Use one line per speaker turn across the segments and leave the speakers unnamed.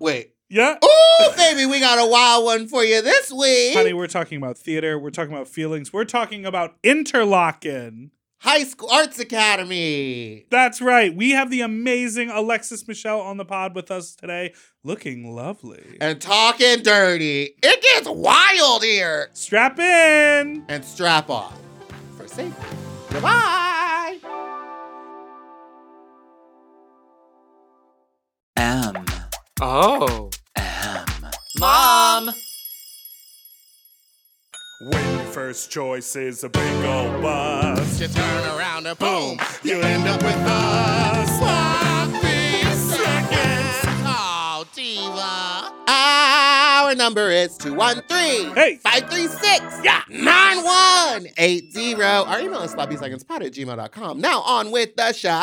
Yeah.
Ooh, baby, we got a wild one for you this week.
Honey, we're talking about theater. We're talking about feelings. We're talking about interlocking.
High School Arts Academy.
That's right. We have the amazing Alexis Michelle on the pod with us today, looking lovely.
And talking dirty. It gets wild here.
Strap in.
And strap off for safety. Goodbye.
M.
Oh.
M.
Mom!
When your first choice is a big old bus,
You turn around and boom, you end up with us. Sloppy seconds. Oh, Diva. Our number is 213
Hey.
536 yeah. 9180. Our email is sloppysecondspod at gmail.com. Now on with the show.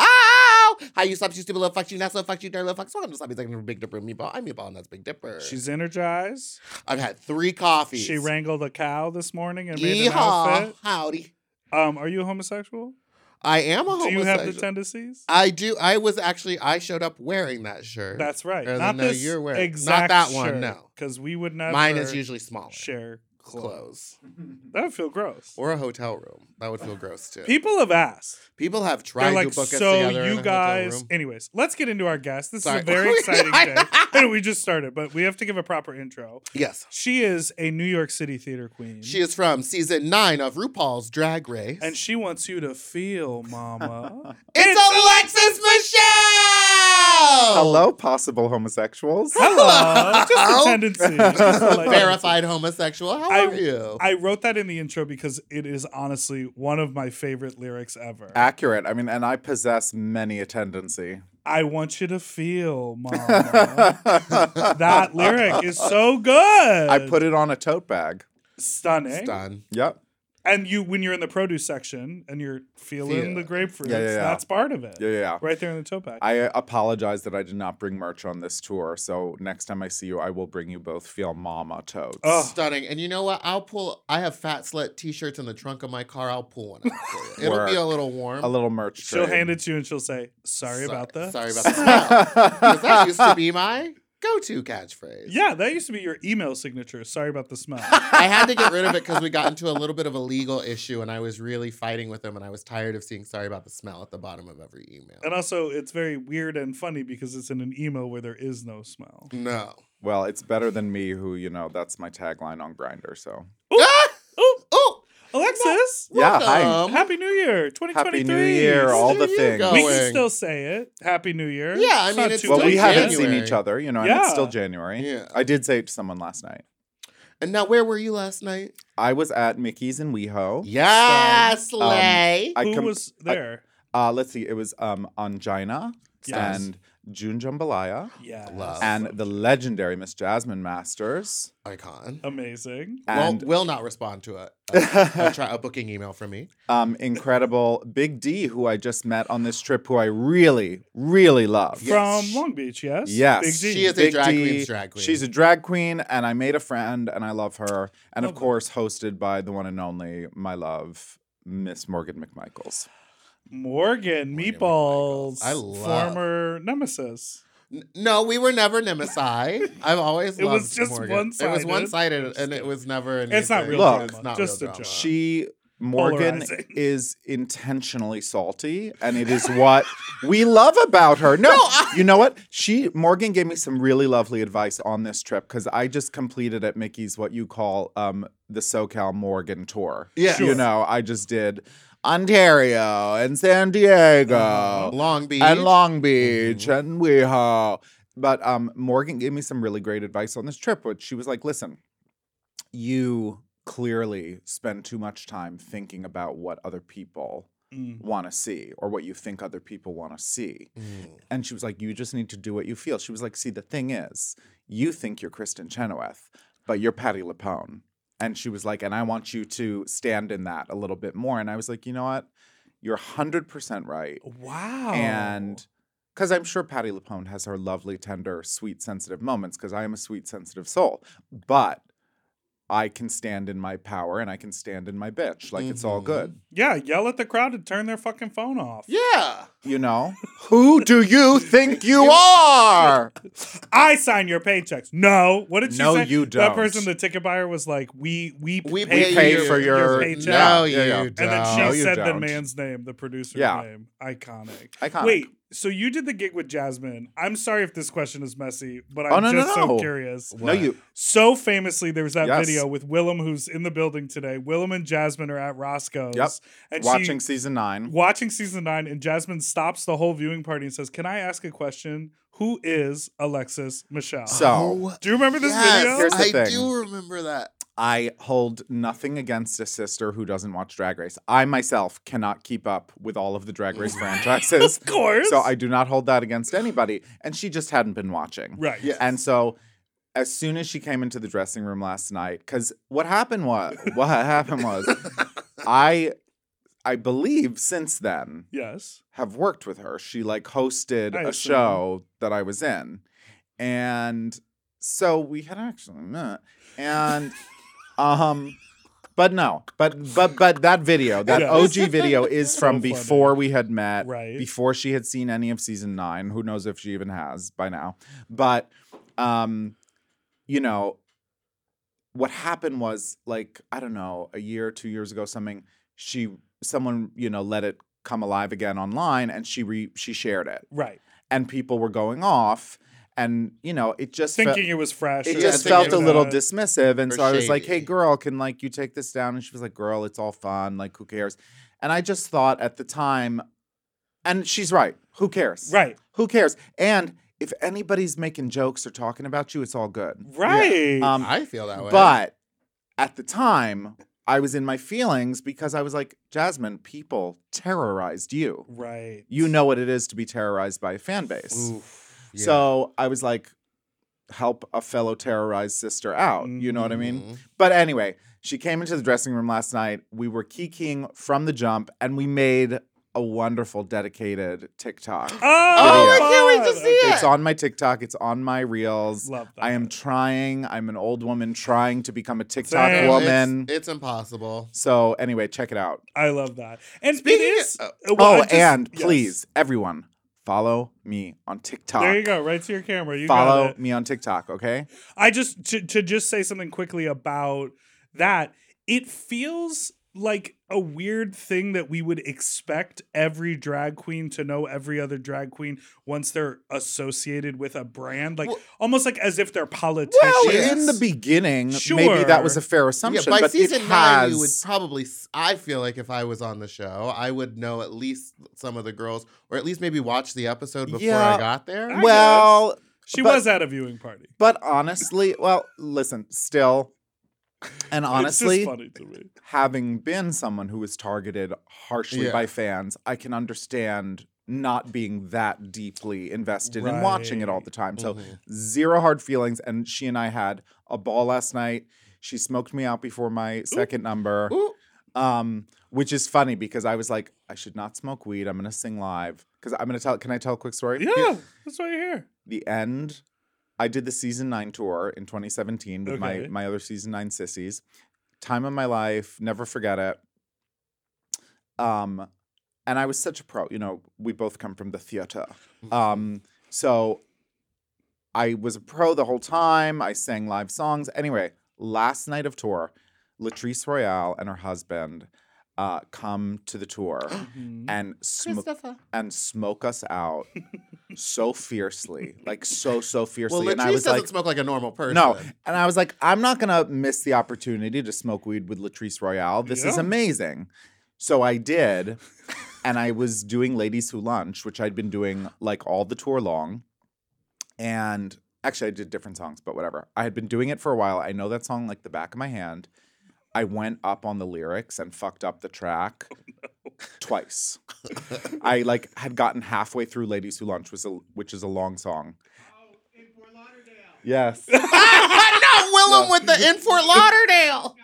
How you slops, you stupid little fucks, you not so fucks, you dirty little fucks. Welcome to Sloppy Seconds Big Dipper Meatball. I'm Meatball and that's Big Dipper.
she's energized.
I've had three coffees.
She wrangled a cow this morning and made
Yeehaw.
an outfit.
Howdy.
Um, are you a homosexual?
I am a
Do
homosexual.
you have the tendencies?
I do. I was actually. I showed up wearing that shirt.
That's right.
Or the
Not
no,
this
you're wearing- not
exact
that one,
shirt,
no.
because we would never.
mine is usually smaller.
share clothes.
clothes
That would feel gross.
or a hotel room. That would feel gross too.
People have asked.
People have tried
They're like,
to book us
so
together.
you
in a hotel
guys.
room.
Anyways, let's get into our guest. This
Sorry.
is a very exciting day. And we just started, but we have to give a proper intro.
yes,
She is a New York City theater queen.
she is from season nine of RuPaul's Drag Race,
and she wants you to feel, Mama.
it's, Alexis Michelle.
Hello, possible homosexuals.
Hello. Just a tendency. Just a like-
verified homosexual. How
I-
are you?
I wrote that in the intro because it is honestly one of my favorite lyrics ever.
Ah.
Accurate. I mean, and I possess many a tendency.
I want you to feel, Mama. that lyric is so good.
I put it on a tote bag.
stunning.
Done.
Yep.
And you, when you're in the produce section and you're feeling
Feel
the
it.
grapefruits,
Yeah, yeah, yeah.
that's part of it.
Yeah, yeah, yeah.
Right there in the tote bag.
I apologize that I did not bring merch on this tour. So next time I see you, I will bring you both Feel Mama totes.
Oh.
Stunning. And you know what? I'll pull. I have fat slut T-shirts in the trunk of my car. I'll pull one. Out for you. It'll be a
Work.
little warm.
A little merch.
She'll
trade.
hand it to you and she'll say, "Sorry, about that."
Sorry about that. Because that used to be my go-to catchphrase.
Yeah, that used to be your email signature. Sorry about the smell.
I had to get rid of it because we got into a little bit of a legal issue, and I was really fighting with them, and I was tired of seeing "Sorry about the smell" at the bottom of every email.
and also, it's very weird and funny because it's in an email where there is no smell.
no.
Well, it's better than me, who, you know, that's my tagline on Grinder. So
Oh,
Oh,
Alexis,
yeah, hi.
welcome.
Happy New Year, 2023.
Happy New Year, all
Where
the
are you
things.
We
going?
can still say it. Happy New Year.
Yeah, I mean,
not
it's
too
Well,
late
we
still
yet.
haven't seen
January.
each other, you know, and
Yeah.
it's still January.
Yeah.
I did say it to someone last night.
And now, where were you last night?
I was at Mickey's in WeHo.
Yes,
Um,
Lay.
I
Who
com-
was there?
Uh, let's see. It was um, Angina
Yes.
and June Jambalaya
yeah.
Love.
and the legendary Miss Jasmine Masters.
Icon.
Amazing.
Well,
And
will not respond to a, a, a, try, a booking email from me.
um, incredible Big D, who I just met on this trip, who I really, really love.
From Long Beach, yes. Big
Yes.
D.
She is a
Big
drag
D,
queen's drag queen.
She's a drag queen, and I made a friend, and I love her. And
Love
of
that.
course, hosted by the one and only, my love, Miss Morgan McMichaels.
Morgan
Morgan
Meatballs,
I love-
former nemesis.
N- No, we were never Nemesi. I've always
It
loved
was just
Morgan. It was
one-sided.
one sided, and it was never. Anything.
It's not real
Look,
drama.
It's not
just
real
a
drama.
joke.
She Morgan
Polarizing.
is intentionally salty, and it is what we love about her. No, you know what? She Morgan gave me some really lovely advice on this trip because I just completed at Mickey's what you call um, the SoCal Morgan tour.
Yeah.
you know, I just did Ontario and San Diego
Long Beach.
and Long Beach and WeHo. But um, Morgan gave me some really great advice on this trip, which she was like, listen, you clearly spend too much time thinking about what other people
Mm.
want to see or what you think other people want to see.
Mm.
And she was like, you just need to do what you feel. She was like, see, the thing is, you think you're Kristen Chenoweth, but you're Patty Lapone. And she was like, and I want you to stand in that a little bit more. And I was like, you know what? You're 100% right
Wow.
Oh. and because I'm sure Patty Lapone has her lovely, tender, sweet, sensitive moments. Because I am a sweet, sensitive soul, but I can stand in my power and I can stand in my bitch. Like it's all
Mhm.
good.
Yeah, yell at the crowd to turn their fucking phone off.
Yeah.
You know? Mm-hmm. Who do you think you are?
I sign your paychecks. No, what did she
No,
say?
you
That
don't.
person, the ticket buyer, was like, "We we
We
pay,
pay
you
you for
your-
paycheck."
Yeah,
No, you
yeah, yeah.
don't.
And then she
No, you
said the
don't.
man's name, the producer's
Yeah.
name. Iconic.
Iconic.
Wait, so you did the gig with Jasmine. I'm sorry if this question is messy, but I'm
Oh, no, no,
just so
no.
curious.
No, you.
So famously, there was that
Yes.
video with Willem, who's in the building today. Willem and Jasmine are at Roscoe's.
Yep.
And she-
Watching season nine.
watching season nine, and Jasmine stops the whole viewing party and says, Can I ask a question? Who is Alexis Michelle?
So-
Do you remember this video?
Here's the
Oh, I
thing.
do remember that.
I hold nothing against a sister who doesn't watch Drag Race. I myself cannot keep up with all of the Drag Race franchises.
of course.
So I do not hold that against anybody. And she just hadn't been watching.
right.
Yeah.
And so as soon as she came into the dressing room last night, because what happened was what happened was I I believe since then
Yes.
have worked with her. She like hosted
I
a
assume.
show that I was in. And so we had actually met. And um but no, but but but that video, that
Yes.
OG video is from
funny.
before we had met,
Right.
before she had seen any of season 9, who knows if she even has by now. But um you know, what happened was like I don't know, a year, 2 years ago something, she someone, you know, let it come alive again online and she re, she shared it
Right.
and people were going off and you know, it just felt-
Thinking it was fresh.
it
or
Yeah,
just
thinking
felt a
about
little
that.
dismissive and
Or
so i was like hey
shady.
girl can like you take this down and she was like girl it's all fun like who cares and i just thought at the time and she's right who cares
Right.
who cares and if anybody's making jokes or talking about you it's all good
Right.
um
I feel that way.
but at the time i was in my feelings because i was like jasmine people terrorized you
right.
you know what it is to be terrorized by a fan base
Oof, yeah.
so I was like, help a fellow terrorized sister out. You know what I
Mm-hmm.
mean?
Mhm.
But anyway, she came into the dressing room last night. We were kikiing from the jump and we made a wonderful dedicated TikTok.
Oh, I
can't wait to see it.
It's on my TikTok, it's on my reels.
Love that.
I am trying. I'm an old woman trying to become a TikTok
Same.
Well,
woman.
It's, it's impossible.
so anyway, check it out.
I love that. And
Speaking
it is.
of-
uh, well, I
oh,
just-
and
yes.
please, everyone, follow me on TikTok.
There you go, right to your camera. You got it.
Follow me on TikTok, okay?
I just to to just say something quickly about that. It feels like a weird thing that we would expect every drag queen to know every other drag queen once they're associated with a brand, like
Well-
almost like as if they're politicians.
Well,
Yes.
in the beginning, maybe
Sure.
that was a fair assumption,
yeah, by
but
season nine,
it has.
you would probably. s- I feel like if I was on the show, I would know at least some of the girls, or at least maybe watch the episode before
Yeah.
I got there.
I
well,
she
but-
was at a viewing party.
but honestly, well, listen, still, and
it's
honestly,
just funny to me.
having been someone who was targeted harshly
Yeah.
by fans, I can understand not being that deeply invested in watching it all
Right.
the time. So
Mhm.
zero hard feelings, and she and I had a ball last night. She smoked me out before my second number.
Ooh.
um, which is funny because I was like, I should not smoke weed. I'm gonna sing live because I'm gonna tell. Can I tell a quick story?
Yeah, that's why you're here.
The end. I did the season nine tour in 2017 with my
Okay.
my other season nine sissies. Time of my life, never forget it. Um, and I was such a pro. You know, we both come from the theater. Um, so I was a pro the whole time. I sang live songs. Anyway, last night of tour, Latrice Royale and her husband uh, come to the tour and sm-
Christopher.
and smoke us out so fiercely, like so so fiercely.
Well, Latrice
and I was
doesn't
like,
smoke like a normal person.
no, and I was like, I'm not gonna miss the opportunity to smoke weed with Latrice Royale. This is
Yeah.
amazing. So I did, and I was doing Ladies Who Lunch, which I'd been doing like all the tour long, and actually I did different songs, but whatever. I had been doing it for a while. I know that song like the back of my hand. I went up on the lyrics and fucked up the track twice. I like had gotten halfway through Ladies Who Lunch, was a, which is a long song. Yes.
not Willem with the in Fort Lauderdale.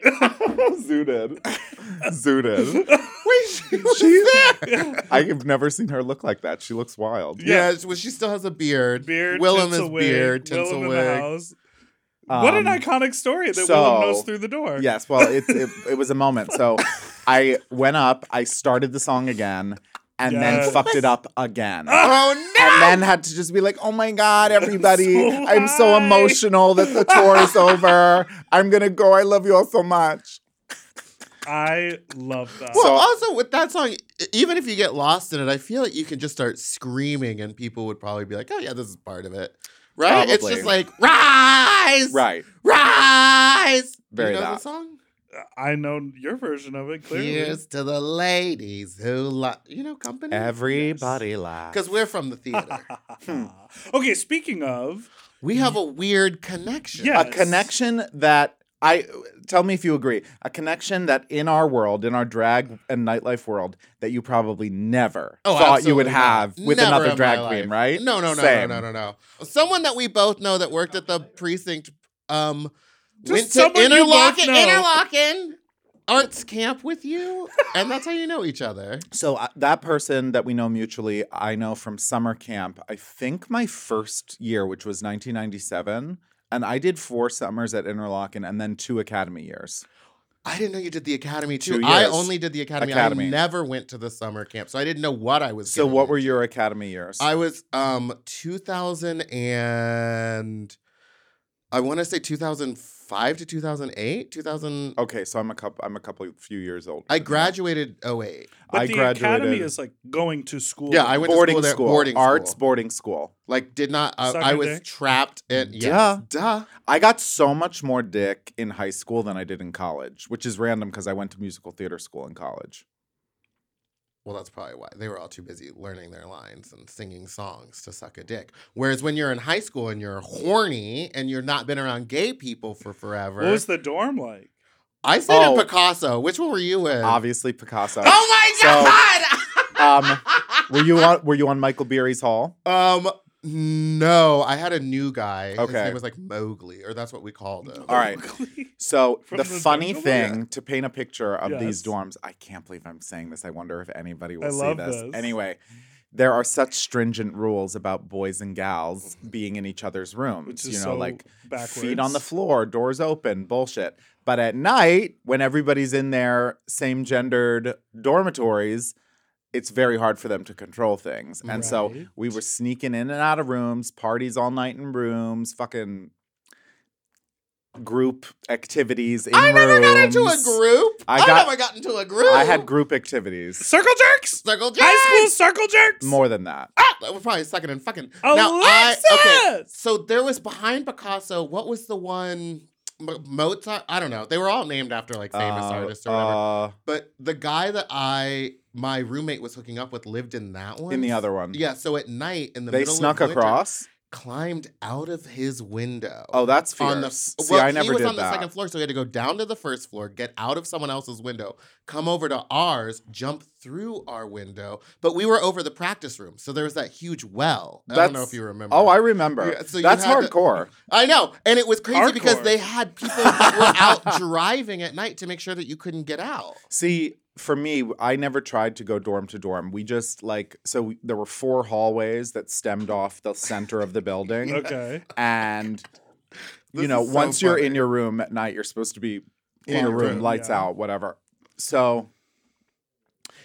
Zooted. Zooted.
Wait, she was there.
I have never seen her look like that. She looks wild.
Yeah.
Yeah, she- well, she still has a beard.
Beard,
Willem
tinsel
is
wig,
beard,
Willem
tinsel
in the
wig.
house. what an
Um,
iconic story that
so-
Willem knows through the door.
Yes, well, it, it, it was a moment. So I went up, I started the song again, and
Yes. Ah,
then fucked it up again.
Oh no!
And then had to just be like, oh my God, everybody,
so
I'm so
high."
emotional that the tour is over. I'm going to go. I love you all so much.
I love that.
Well,
So-
also with that song, e- even if you get lost in it, I feel like you can just start screaming, and people would probably be like, "Oh yeah, this is part of it." Right? It's
Probably.
just like rise,
Right.
rise.
Very
you know
that.
the song.
I know your version of it clearly.
Here's to the ladies who love you know company.
Everybody laughs.
because we're from the theater,
Hmm.
okay, speaking of,
we have a weird connection.
Yeah.
a
Yes.
connection that I tell me if you agree. A connection that in our world, in our drag and nightlife world, that you probably never
Oh,
thought you would
absolutely
have
not.
with
Never in
another
my
drag
life.
queen, right?
No, no, no,
Same.
no, no, no, no. Someone that we both know that worked at the precinct um
Just
went to
someone you both
Interlochen,
know.
Interlochen arts camp with you, and that's how you know each other.
So uh, that person that we know mutually, I know from summer camp. I think my first year, which was 1997, and I did four summers at Interlochen and then two academy years.
I didn't know you did the academy too.
Two
I
years.
only did the academy. I
Academy.
never went to the summer camp, so I didn't know what I was.
So
getting
what were
into.
your academy years?
I was um 2000 and I want to say 2005 to 2008, 2000.
okay, so I'm a couple. I'm a couple few years old.
I graduated 08.
but
I
the academy
graduated-
is like going to school.
Yeah, I went
boarding
to school there.
school,
Boarding
arts
school.
boarding school.
Like, did not. I,
Suck
I
your
was
dick.
trapped in. Yes,
Duh.
duh.
I got so much more dick in high school than I did in college, which is random because I went to musical theater school in college.
Well, that's probably why they were all too busy learning their lines and singing songs to suck a dick. Whereas when you're in high school and you're horny and you're not been around gay people for forever,
What was the dorm like?
I stayed
Oh.
at Picasso. Which one were you in?
Obviously, Picasso.
Oh my
Um,
god!
were you on? Were you on Michael Beery's Hall?
um, no, I had a new guy. His
Okay.
name was like Mowgli, or that's what we called him.
All right. So
From
the,
the
funny
dorm?
thing to paint a picture of
Yes.
these dorms, I can't believe I'm saying this. I wonder if anybody will
I
see
love
this.
this.
Anyway, there are such stringent rules about boys and gals being in each other's rooms.
Which is
you know,
so
like
backwards.
feet on the floor, doors open, bullshit. But at night, when everybody's in their same gendered dormitories, it's very hard for them to control things. And so
Right.
we were sneaking in and out of rooms, parties all night in rooms, fucking group activities in
I never got into a
rooms.
group.
I
I,
got-
never got into a group.
I had group activities.
Circle jerks.
circle jerks.
High school circle jerks.
More than that.
Ah, that was probably second and fucking. okay.
Alexis!
So there was behind Picasso. What was the one? M- Mozart. I don't know. They were all named after like famous
Uh,
artists or whatever.
uh,
But the guy that I my roommate was hooking up with lived in that one.
uh, in the other one.
Yeah. So at night in the
they
middle
snuck
of winter,
across.
climbed out of his window.
Oh, that's fierce.
on the
See,
well,
I never
he was
did
on the
that.
second floor, so he had to go down to the first floor, get out of someone else's window, come over to ours, jump through our window. But we were over the practice room, so there was that huge well. I don't know
That's-
if you remember.
Oh, I remember.
Yeah, so you
That's
had the-
hardcore.
I know, and it was crazy because
Hardcore.
they had people that were out driving at night to make sure that you couldn't get out.
See, for me, I never tried to go dorm to dorm. We just like so we, there were four hallways that stemmed off the center of the building,
Okay.
and you
This
know,
is so
once you're in
funny.
your room at night, you're supposed to be in your
Locked
room,
in,
lights
yeah.
out, whatever. So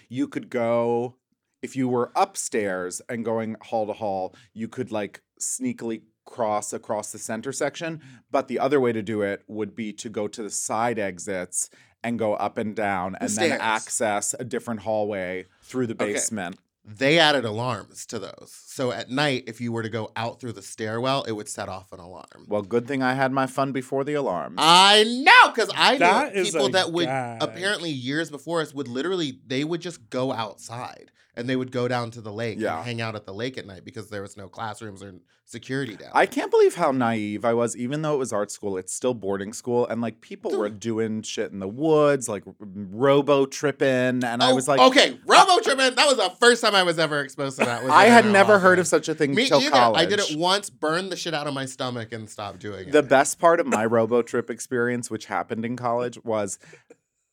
you could go if you were upstairs and going hall to hall, you could like sneakily cross across the center section. But the other way to do it would be to go to the side exits and go up and down and then
stairs.
access a different hallway through the
Okay.
basement.
They added alarms to those, so at night, if you were to go out through the stairwell, it would set off an alarm.
Well, good thing I had my fun before the alarm.
I know, because I
That
knew
is
people
a
that would
gag.
apparently years before us would literally they would just go outside and they would go down to the lake
Yeah.
and hang out at the lake at night because there was no classrooms or security down.
I can't believe how naive I was. Even though it was art school, it's still boarding school, and like people were doing shit in the woods, like robo tripping, and I
Oh,
was like,
okay, Robo Trippin. That was the first time I was ever exposed to that. was
I
in
had
an
never heard of
office.
such a thing
Me
till
either.
college.
I did it once, burned the shit out of my stomach, and stopped doing it.
The best part of my robo trip experience, which happened in college, was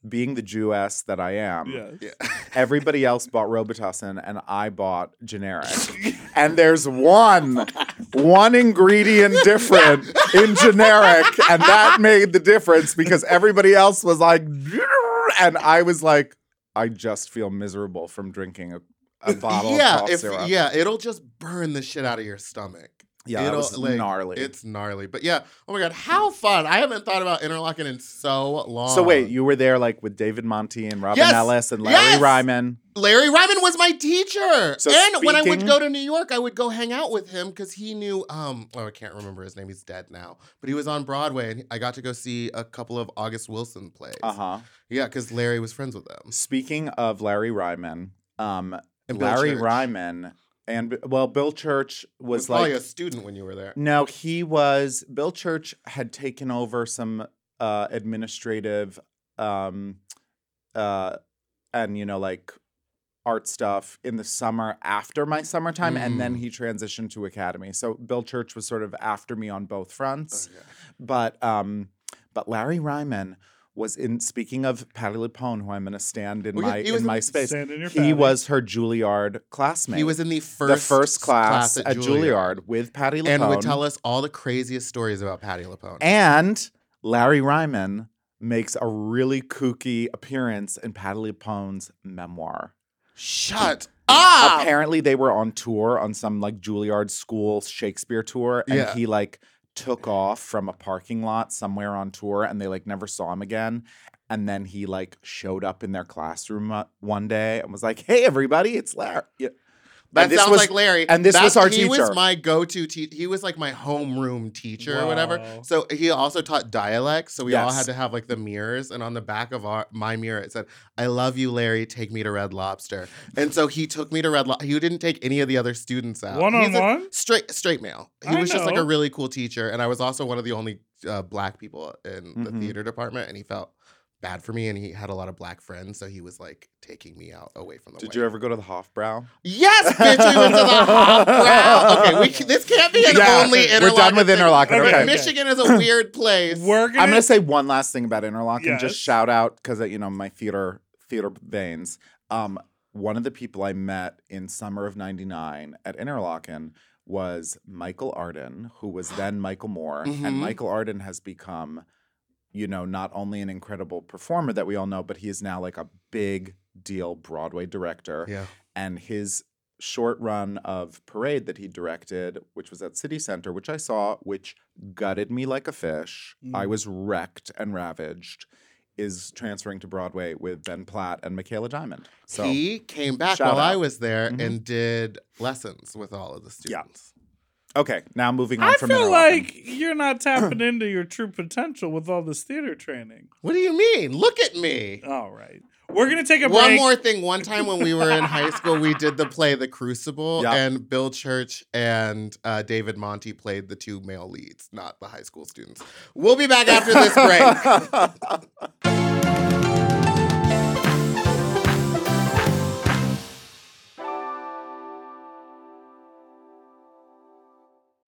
being the Jewess that I am.
Yes.
Yeah.
Everybody else bought Robitussin and I bought generic. and there's one, one ingredient different in generic, and that made the difference because everybody else was like, and I was like, I just feel miserable from drinking a, a bottle of
yeah,
cough
if,
syrup.
yeah, it'll just burn the shit out of your stomach.
yeah, that
it'll,
was
like,
gnarly.
It's gnarly, but yeah. Oh my god, how fun! I haven't thought about interlocking in so long.
so wait, you were there like with David Monty and Robin
Yes!
Ellis and Larry
Yes!
Ryman.
Larry Ryman was my teacher,
So
and when I would
speaking-
go to New York, I would go hang out with him because he knew. Um, oh, I can't remember his name. He's dead now, but he was on Broadway, and I got to go see a couple of August Wilson plays.
Uh huh.
Yeah, because Larry was friends with them.
Speaking of Larry Ryman, um,
And Bill
Larry
Church.
Ryman and well, Bill Church was
was probably
like
a student when you were there.
no, he was Bill Church had taken over some uh, administrative um, uh, and you know like art stuff in the summer after my summertime, and then
Mm.
he transitioned to academy. So Bill Church was sort of after me on both fronts but um but Larry Ryman was in speaking of Patty LuPone, who I'm gonna stand in
Oh, yeah,
my
he was
in
in
my
the
space.
Stand in your
He
patty.
was her Juilliard classmate.
He was in the first
the first class, at,
Juilliard.
Juilliard. with Patty LuPone.
and would tell us all the craziest stories about Patty LaPone.
And Larry Ryman makes a really kooky appearance in Patty LuPone's memoir.
Shut up!
Apparently, they were on tour on some like Juilliard school Shakespeare tour, and
Yeah.
he like took off from a parking lot somewhere on tour, and they like never saw him again. And then he like showed up in their classroom uh, one day and was like, "Hey, everybody, it's Larry." Yeah.
that
and this
sounds
was-
like Larry.
and this
That-
was our
He was
teacher.
my go-to teacher. He was like my homeroom teacher or whatever.
Wow.
So he also taught dialects. So we all
Yes.
had to have like the mirrors, and on the back of our my mirror it said, "I love you, Larry. Take me to Red Lobster." And so he took me to Red Lobster. He didn't take any of the other students out.
One
He's
on
a-
one?
straight straight male. He
I
was just like a
know.
really cool teacher, and I was also one of the only uh, black people in the
Mhm.
theater department, and he felt bad for me, and he had a lot of black friends, so he was like taking me out away from the.
Did
white
you ever go to the Hofbrau?
Yes, bitch, we went to the hot brow. Okay, we, c- this can't be an
Yeah,
only
we're
interlock.
done with interlocking,
okay.
Michigan is a weird place.
We're gonna,
I'm gonna say one last thing about Interlochen.
Yes.
Just shout out because you know my theater theater veins. Um, one of the people I met in summer of '99 at Interlochen was Michael Arden, who was then Michael Moore,
Mhm.
Mm-hmm.
and Michael Arden has become, you know, not only an incredible performer that we all know, but he is now like a big deal Broadway director
yeah.
and his short run of parade that he directed which was at city center which i saw which gutted me like a fish i
Mm.
was wrecked and ravaged is transferring to broadway with ben platt and michaela diamond so
he came back
shout
while I
out.
was there
Mhm.
and did lessons with all of the
Yeah.
students.
okay now moving
I
on from
feel
Interlochen.
like you're not tapping into your true potential with all this theater training.
What do you mean? Look at me.
All right. We're going to take a
One
break.
more thing. One time when we were in high school, we did the play The Crucible,
Yeah.
and Bill Church and uh, David Monty played the two male leads, not the high school students. We'll be back after this break.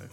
life?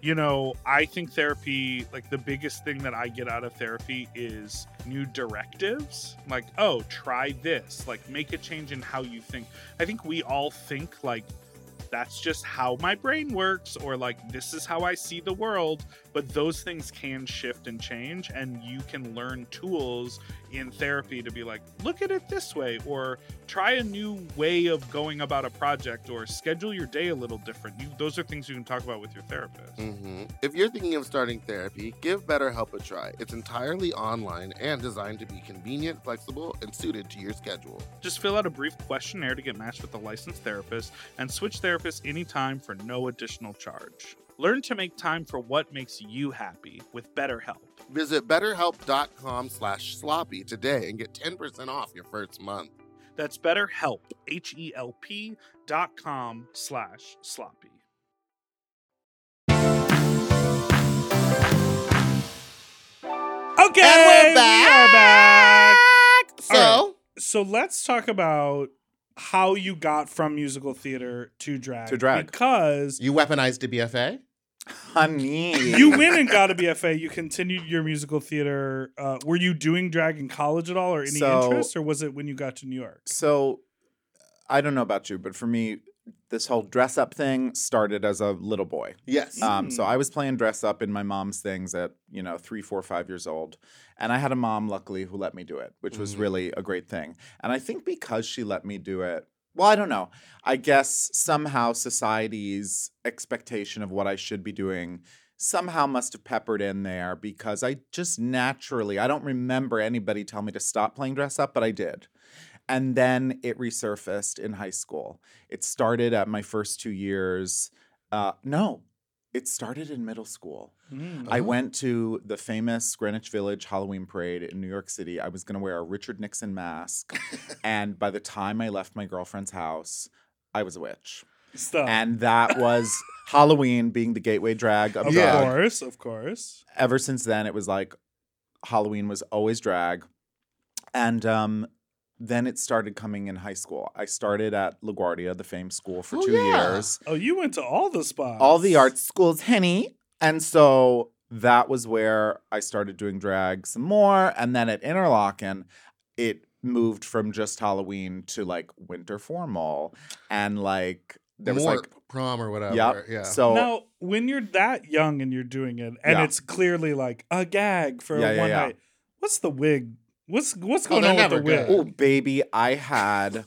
you know, I think therapy, like the biggest thing that I get out of therapy is new directives. Like, oh, try this. Like, make a change in how you think. I think we all think, like, that's just how my brain works, or like, this is how I see the world. But those things can shift and change, and you can learn tools in therapy to be like, look at it this way, or try a new way of going about a project, or schedule your day a little different. You, those are things you can talk about with your therapist.
hmm If you're thinking of starting therapy, give BetterHelp a try. It's entirely online and designed to be convenient, flexible, and suited to your schedule.
Just fill out a brief questionnaire to get matched with a licensed therapist and switch therapists anytime for no additional charge. Learn to make time for what makes you happy with BetterHelp.
Visit betterhelp.com slash sloppy today and get 10% off your first month.
That's BetterHelp, H E L P dot com slash sloppy. Okay,
And we're
We are back.
So,
All So let's talk about how you got from musical theater to drag.
To drag.
Because
you weaponized a BFA?
Honey.
you went and got a BFA. You continued your musical theater. Uh, were you doing drag in college at all, or any
So-
interest, or was it when you got to New York?
So I don't know about you, but for me, this whole dress up thing started as a little boy.
Yes.
Um,
Mm.
so I was playing dress up in my mom's things at, you know, three, four, five years old. And I had a mom, luckily, who let me do it, which was
Mhm.
really a great thing. And I think because she let me do it, well, I don't know. I guess somehow society's expectation of what I should be doing somehow must have peppered in there because I just naturally, I don't remember anybody telling me to stop playing dress up, but I did. And then it resurfaced in high school. It started at my first two years. Uh, no, it started in middle school.
Mm.
I
Oh.
went to the famous Greenwich Village Halloween parade in New York City. I was going to wear a Richard Nixon mask. and by the time I left my girlfriend's house, I was a witch.
Stuff.
And that was Halloween being the gateway drag of
Of
Yeah.
drag.
course, of course.
Ever since then, it was like Halloween was always drag. And um, then it started coming in high school. I started at LaGuardia, the famed school, for
Oh,
two
yeah.
years
Oh, you went to all the spots.
all the art schools, Henny. And so that was where I started doing drag some more. And then at Interlaken, it moved from just Halloween to like winter formal. And like, there was
More
like,
prom or whatever.
Yep.
Yeah.
so
Now, when you're that young and you're doing it, and
Yeah.
it's clearly like a gag for
Yeah, yeah,
one
yeah.
night, what's the wig? What's what's
Oh,
going
they're
on with the
never
wig?
good.
Oh baby, I had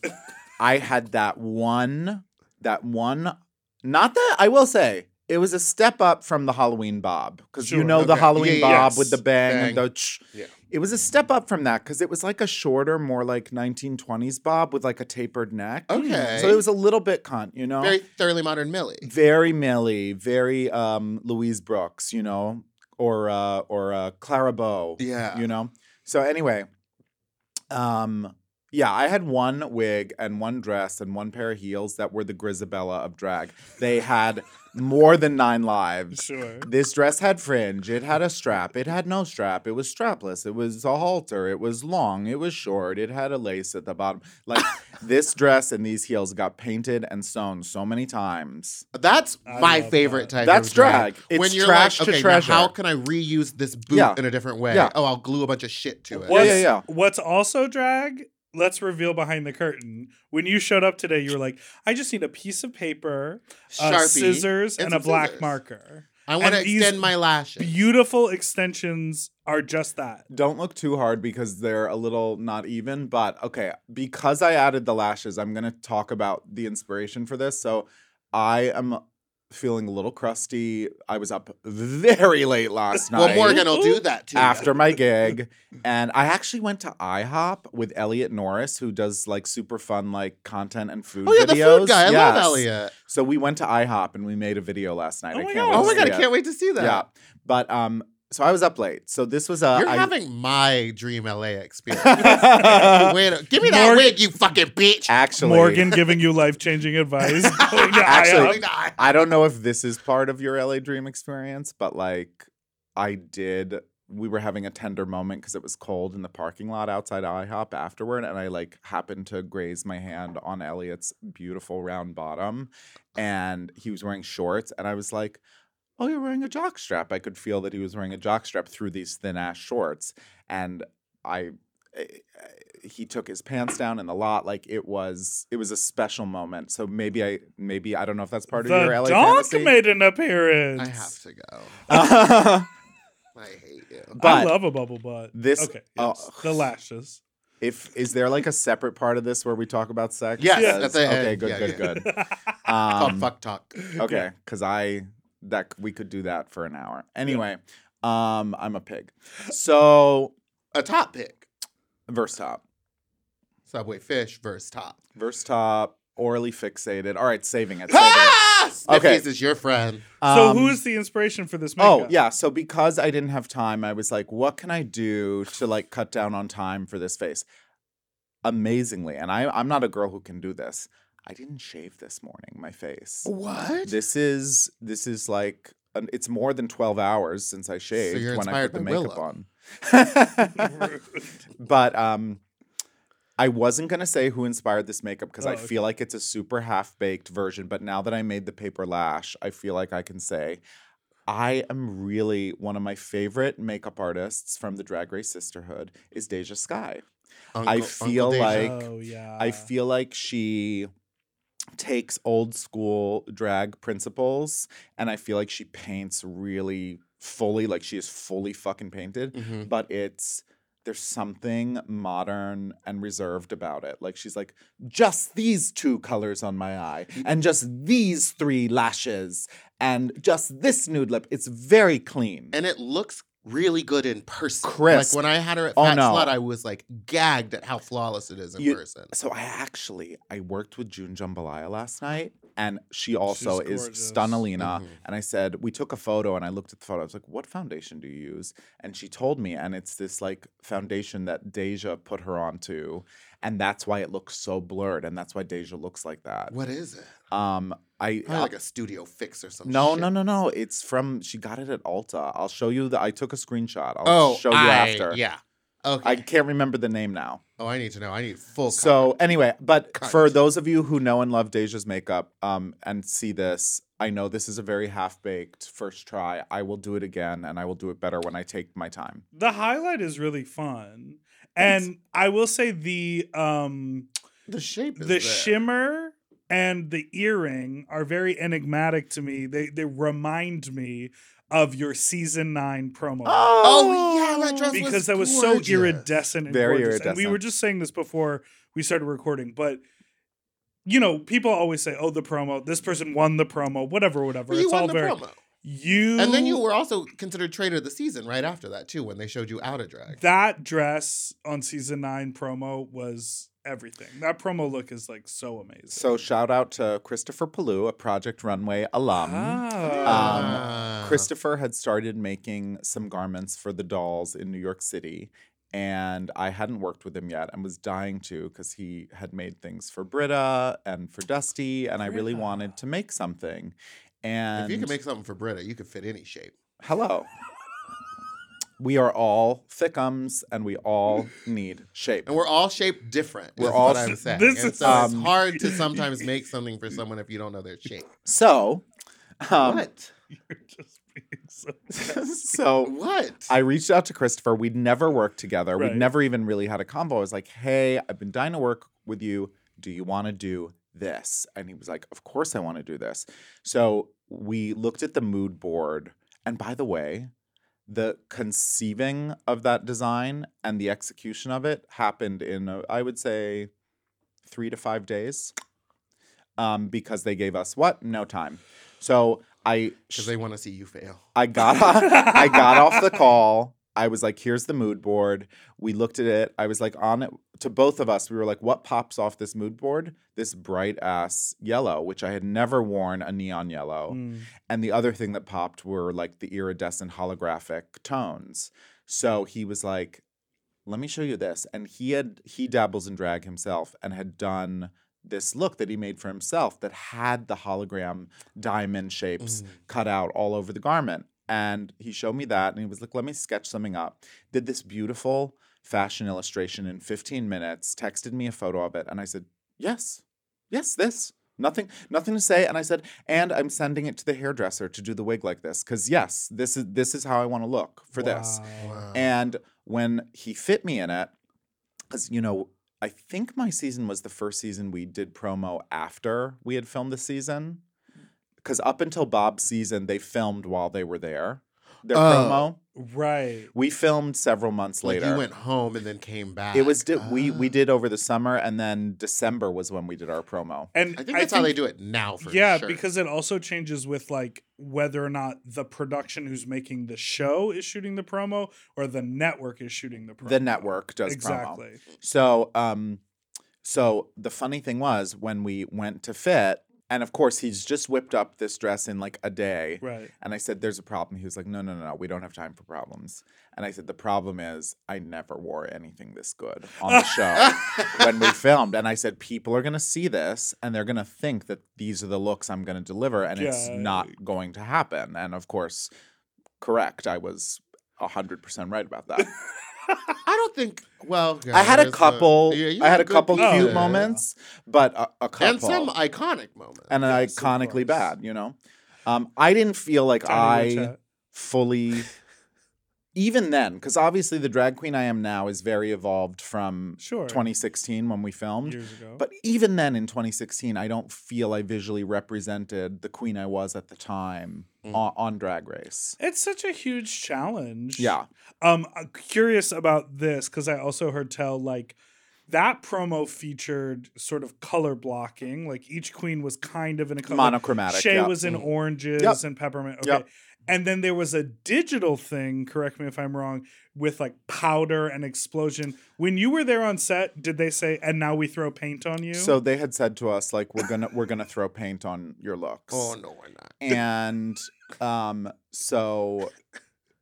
I had that one that one not that I will say it was a step up from the Halloween bob cuz you
Sure,
know the
okay.
Halloween
Yeah,
bob
yes.
with the bang,
Bang.
and the ch-
Yeah.
It was a step up from that cuz it was like a shorter more like 1920s bob with like a tapered neck.
okay.
So it was a little bit cunt, you know.
very thoroughly modern Millie.
very Millie, very um Louise Brooks, you know, or uh or uh Clara Bow
Yeah.
you know so anyway um yeah i had one wig and one dress and one pair of heels that were the grisabella of drag they had more than nine lives
Sure.
this dress had fringe it had a strap it had no strap it was strapless it was a halter it was long it was short it had a lace at the bottom like this dress and these heels got painted and sewn so many times
That's
I
my
love
favorite
that.
type
That's
of drag.
drag. It's
when you're
trash
like,
to
okay, now
treasure.
how can I reuse this boot
Yeah.
in a different way?
Yeah.
Oh, I'll glue a bunch of shit to it.
What?
What's,
yeah, yeah.
What's also drag? Let's reveal behind the curtain. When you showed up today, you were like, "I just need a piece of paper, uh,
Sharpie
scissors,
and
and a
some
black
scissors."
marker."
I want to
And these-
extend my lashes.
Beautiful extensions are just that.
Don't look too hard because they're a little not even. But okay, because I added the lashes, I'm going to talk about the inspiration for this. So I am feeling a little crusty. I was up very late last night
Well, Morgan will
Ooh.
do that to you.
after my gig. And I actually went to IHOP with Elliot Norris, who does like super fun like content and food
Oh yeah, the
videos.
food guy. I love
Yes.
Elliot.
So we went to IHOP and we made a video last night.
Oh
I
my
can't
God.
wait
Oh
to
my god,
see
I
it.
can't wait to see that.
Yeah. But um so I was up late. So this was a
You're
I-
having my dream LA experience. wait, a- give me that
Morgan-
wig, you fucking bitch.
Actually,
Morgan giving you life changing advice. Going to
Actually-
IHOP.
I don't know if this is part of your LA dream experience, but like I did we were having a tender moment because it was cold in the parking lot outside IHOP afterward, and I like happened to graze my hand on Elliot's beautiful round bottom, and he was wearing shorts, and I was like, "Oh, you're wearing a jock strap." I could feel that he was wearing a jock strap through these thin ass shorts, and I I- I- he took his pants down in the lot like it was it was a special moment so maybe i maybe i don't know if that's part
the
of your la
donk
fantasy
made an appearance.
I have to go. I hate you.
I
But
love a bubble butt.
this-
okay,
oh.
yes. the lashes.
if is there like a separate part of this where we talk about sex?
Yes,
Yes.
that's it.
Okay, good,
Yeah,
good,
yeah.
good.
It's called
Um,
fuck talk.
Okay, because I that c- we could do that for an hour. Anyway, um, I'm a pig. So
A top pick.
verse top,
Subway fish versus top.
verse top, orally fixated. All right, saving it. Saving it.
Ah!
Okay.
Sniffies is your friend.
so
Um,
who is the inspiration for this makeup?
Oh yeah, so because I didn't have time, I was like, what can I do to like cut down on time for this face? Amazingly, and I I'm not a girl who can do this. I didn't shave this morning my face.
What?
This is this is like an, it's more than 12 hours since I shaved
you're
when I
inspired
put the
by
makeup
Willow.
on. but um I wasn't gonna say who inspired this makeup because
Oh,
I
okay.
feel like it's a super half baked version. But now that I made the paper lash, I feel like I can say I am really one of my favorite makeup artists from the Drag Race Sisterhood is Deja Sky.
Uncle- Uncle
feel
Deja.
like-
oh yeah.
I feel like she takes old school drag principles and I feel like she paints really fully, like she is fully fucking painted,
Mhm.
but it's there's something modern and reserved about it. Like she's like, just these two colors on my eye, and just these three lashes, and just this nude lip. It's very clean.
And it looks really good in person.
Crisp.
Like when I had her at
Oh,
Fat
no.
Slut, I was like gagged at how flawless it is in
You-
person.
So I actually I worked with June Jambalaya last night, and she also
She's
is
gorgeous.
Stunnalina.
Mhm.
And I said we took a photo, and I looked at the photo. I was like, "What foundation do you use?" And she told me, and it's this like foundation that Deja put her onto, and that's why it looks so blurred, and that's why Deja looks like that.
What is it?
Um, I
Probably like Oh, a studio fix or something.
no no no no. It's from she got it at Ulta. I'll show you the. I took a screenshot. I'll
Oh,
show you
I-
after.
Yeah. Okay.
I can't remember the name now.
oh, I need to know. I need full.
So anyway, but
Cunt.
for those of you who know and love Deja's makeup um, and see this, I know this is a very half baked first try. I will do it again, and I will do it better when I take my time.
the highlight is really fun. And I will say the um
the shape. Is
the
there.
shimmer and the earring are very enigmatic to me. They they remind me of your season nine promo.
Oh yeah, that dress
because
was
that was
gorgeous.
so iridescent and
Very
gorgeous. And we
iridescent.
were just saying this before we started recording, but you know, people always say, "Oh, the promo. This person won the promo. Whatever, whatever."
Well, you
it's
won
all
the
very
promo,
you.
and then you were also considered traitor of the season right after that too, when they showed you out of drag.
that dress on season nine promo was everything. That promo look is like so amazing.
So shout out to Christopher Palou, a Project Runway
Um,
alum.
Ah.
Um,
Ah.
Christopher had started making some garments for the dolls in New York City. And I hadn't worked with him yet and was dying to because he had made things for Britta and for Dusty. And I really
Britta.
wanted to make something. And
if you could make something for Britta, you could fit any shape.
hello. we are all thickums and we all need shape.
And we're all shaped different.
We're
is
all-
what I'm saying.
This
and
is-
so it's
um,
hard to sometimes make something for someone if you don't know their shape.
So, um,
what?
You're just being so
so
What?
I reached out to Christopher. We'd never worked together.
Right.
We'd never even really had a combo. I was like, hey, I've been dying to work with you. Do you want to do this? And he was like, of course I want to do this. So we looked at the mood board. And by the way, the conceiving of that design and the execution of it happened in, uh, I would say, three to five days um, because they gave us what? No time. So I
Because they want to see you fail.
I got off, I got off the call. I was like, here's the mood board. We looked at it. I was like, on it to both of us, we were like, what pops off this mood board? This bright ass yellow, which I had never worn a neon yellow.
Mm.
And the other thing that popped were like the iridescent holographic tones. So he was like, let me show you this. And he had he dabbles in drag himself and had done this look that he made for himself that had the hologram diamond shapes
Mm.
cut out all over the garment. And he showed me that and he was like, let me sketch something up. Did this beautiful fashion illustration in 15 minutes, texted me a photo of it, and I said, Yes, yes, this. Nothing, nothing to say. And I said, and I'm sending it to the hairdresser to do the wig like this. Cause yes, this is this is how I want to look for this.
Wow.
Uh-huh.
And when he fit me in it, because you know, I think my season was the first season we did promo after we
Mm.
had filmed the season. Because up until Bob's season, they filmed while they were there. their
Oh.
promo.
Right.
We filmed several months
Like
later.
you went home and then came back.
It was di- we we
Ah.
did over the summer, and then December was when we did our promo.
And
I think that's how they do it now. For
yeah,
sure.
because it also changes with like whether or not the production who's making the show is shooting the promo or the network is shooting the promo.
The network does promo.
exactly.
So, um, so the funny thing was when we went to fit, and of course he's just whipped up this dress in like a day.
Right.
And I said, "There's a problem." He was like, "No, no, no, no. We don't have time for problems." And I said, "The problem is I never wore anything this good on the show when we filmed." And I said, "People are gonna see this, and they're gonna think that these are the looks I'm gonna deliver, and it's not going to happen." And of course, correct. I was hundred percent right about that.
I don't think. Well,
I had
guys,
a
uh,
couple.
yeah, you
I had
were
a
good
couple
people.
cute
Yeah.
moments, but a, a couple
and some iconic moments.
and
Yes, of
iconically
course.
bad. You know, um, I didn't feel like
Tiny
I
Rotette.
fully, even then, because obviously the drag queen I am now is very evolved from
sure
2016 when we filmed.
years ago.
But even then, in 2016, I don't feel I visually represented the queen I was at the time
Mm-hmm.
Mm.
on, on Drag Race.
it's such a huge challenge.
Yeah,
Um, I'm curious about this because I also heard tell like that promo featured sort of color blocking. Like each queen was kind of in a color.
monochromatic.
Shay
yeah.
was in
Mhm.
oranges
Yep.
and peppermint. Okay.
Yep.
And then there was a digital thing, correct me if I'm wrong, with like powder and explosion. When you were there on set, did they say, and now we throw paint on you?
So they had said to us like we're gonna we're gonna throw paint on your looks.
oh no, we're not.
and um so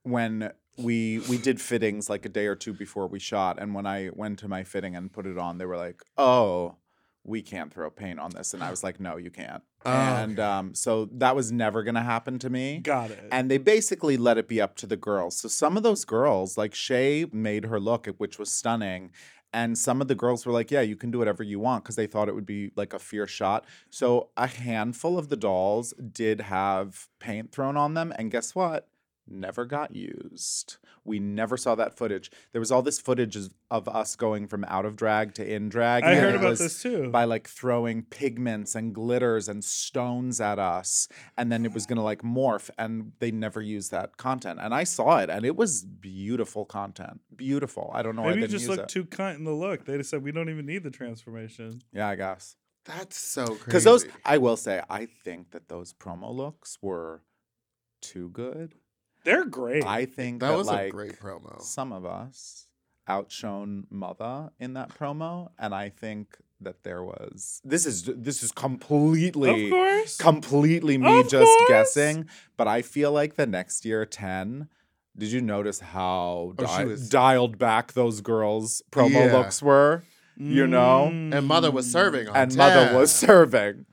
when we we did fittings like a day or two before we shot and when i went to my fitting and put it on they were like oh we can't throw paint on this and i was like no you can't
Oh,
and
okay.
um so that was never gonna happen to me
got it.
and they basically let it be up to the girls. So some of those girls, like Shay, made her look, which was stunning. And some of the girls were like, "Yeah, you can do whatever you want," because they thought it would be like a fear shot. So a handful of the dolls did have paint thrown on them, and guess what? Never got used. We never saw that footage. There was all this footage of- of us going from out of drag to in drag.
I
and
heard
it
about
was-
this too.
by like throwing pigments and glitters and stones at us and then it
Mm.
was going to like morph and they never used that content and i saw it and it was beautiful content beautiful i don't know why
Maybe
i
you
didn't
just
use
looked
it
too cunt in the look. They just said we don't even need the transformation.
yeah i guess
That's so crazy.
because those i will say i think that those promo looks were too good
They're great.
i think
eh, that
that,
was
like
a great promo.
some of us outshone mother in that promo and i think that there was this is this is completely
of course.
completely me
Of
just
course.
guessing, but I feel like the next year 10 did you notice how
Oh, she
di-
was-
dialed back those girls' promo
Yeah. Oh,
looks were? you know,
and mother was
Mm.
serving on
and mother
10.
was serving.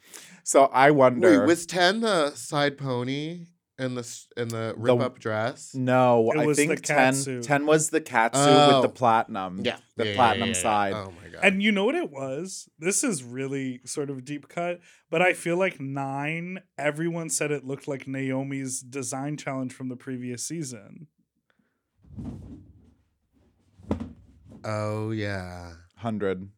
So I wonder.
Wait, was ten the side pony and the s- and the
The-
rip
Mm,
up dress?
no,
It
I
was the
think
cat
10,
suit.
10 was the cat suit with
Oh.
the platinum. The platinum side.
Oh my god.
And you know what it was? This is really sort of deep cut, but I feel like nine, everyone said it looked like Naomi's design challenge from the previous season.
oh yeah.
100.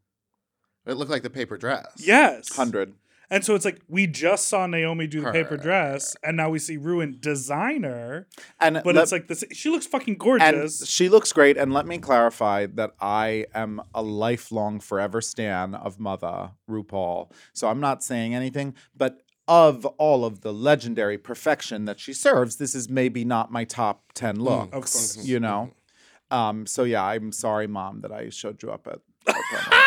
It looked like the paper dress.
Yes.
100.
And so it's like we just saw Naomi do the paper
Her.
dress, and now we see Ruin designer,
And
but
let-
it's like this she looks fucking
and
gorgeous.
she looks great. And let me clarify that I am a lifelong, forever stan of Mother RuPaul. So I'm not saying anything, but of all of the legendary perfection that she serves, this is maybe not my top ten looks.
Mm, of course. Mm-hmm.
you know. Um, so yeah, I'm sorry, mom, that I showed you up at.
Ah,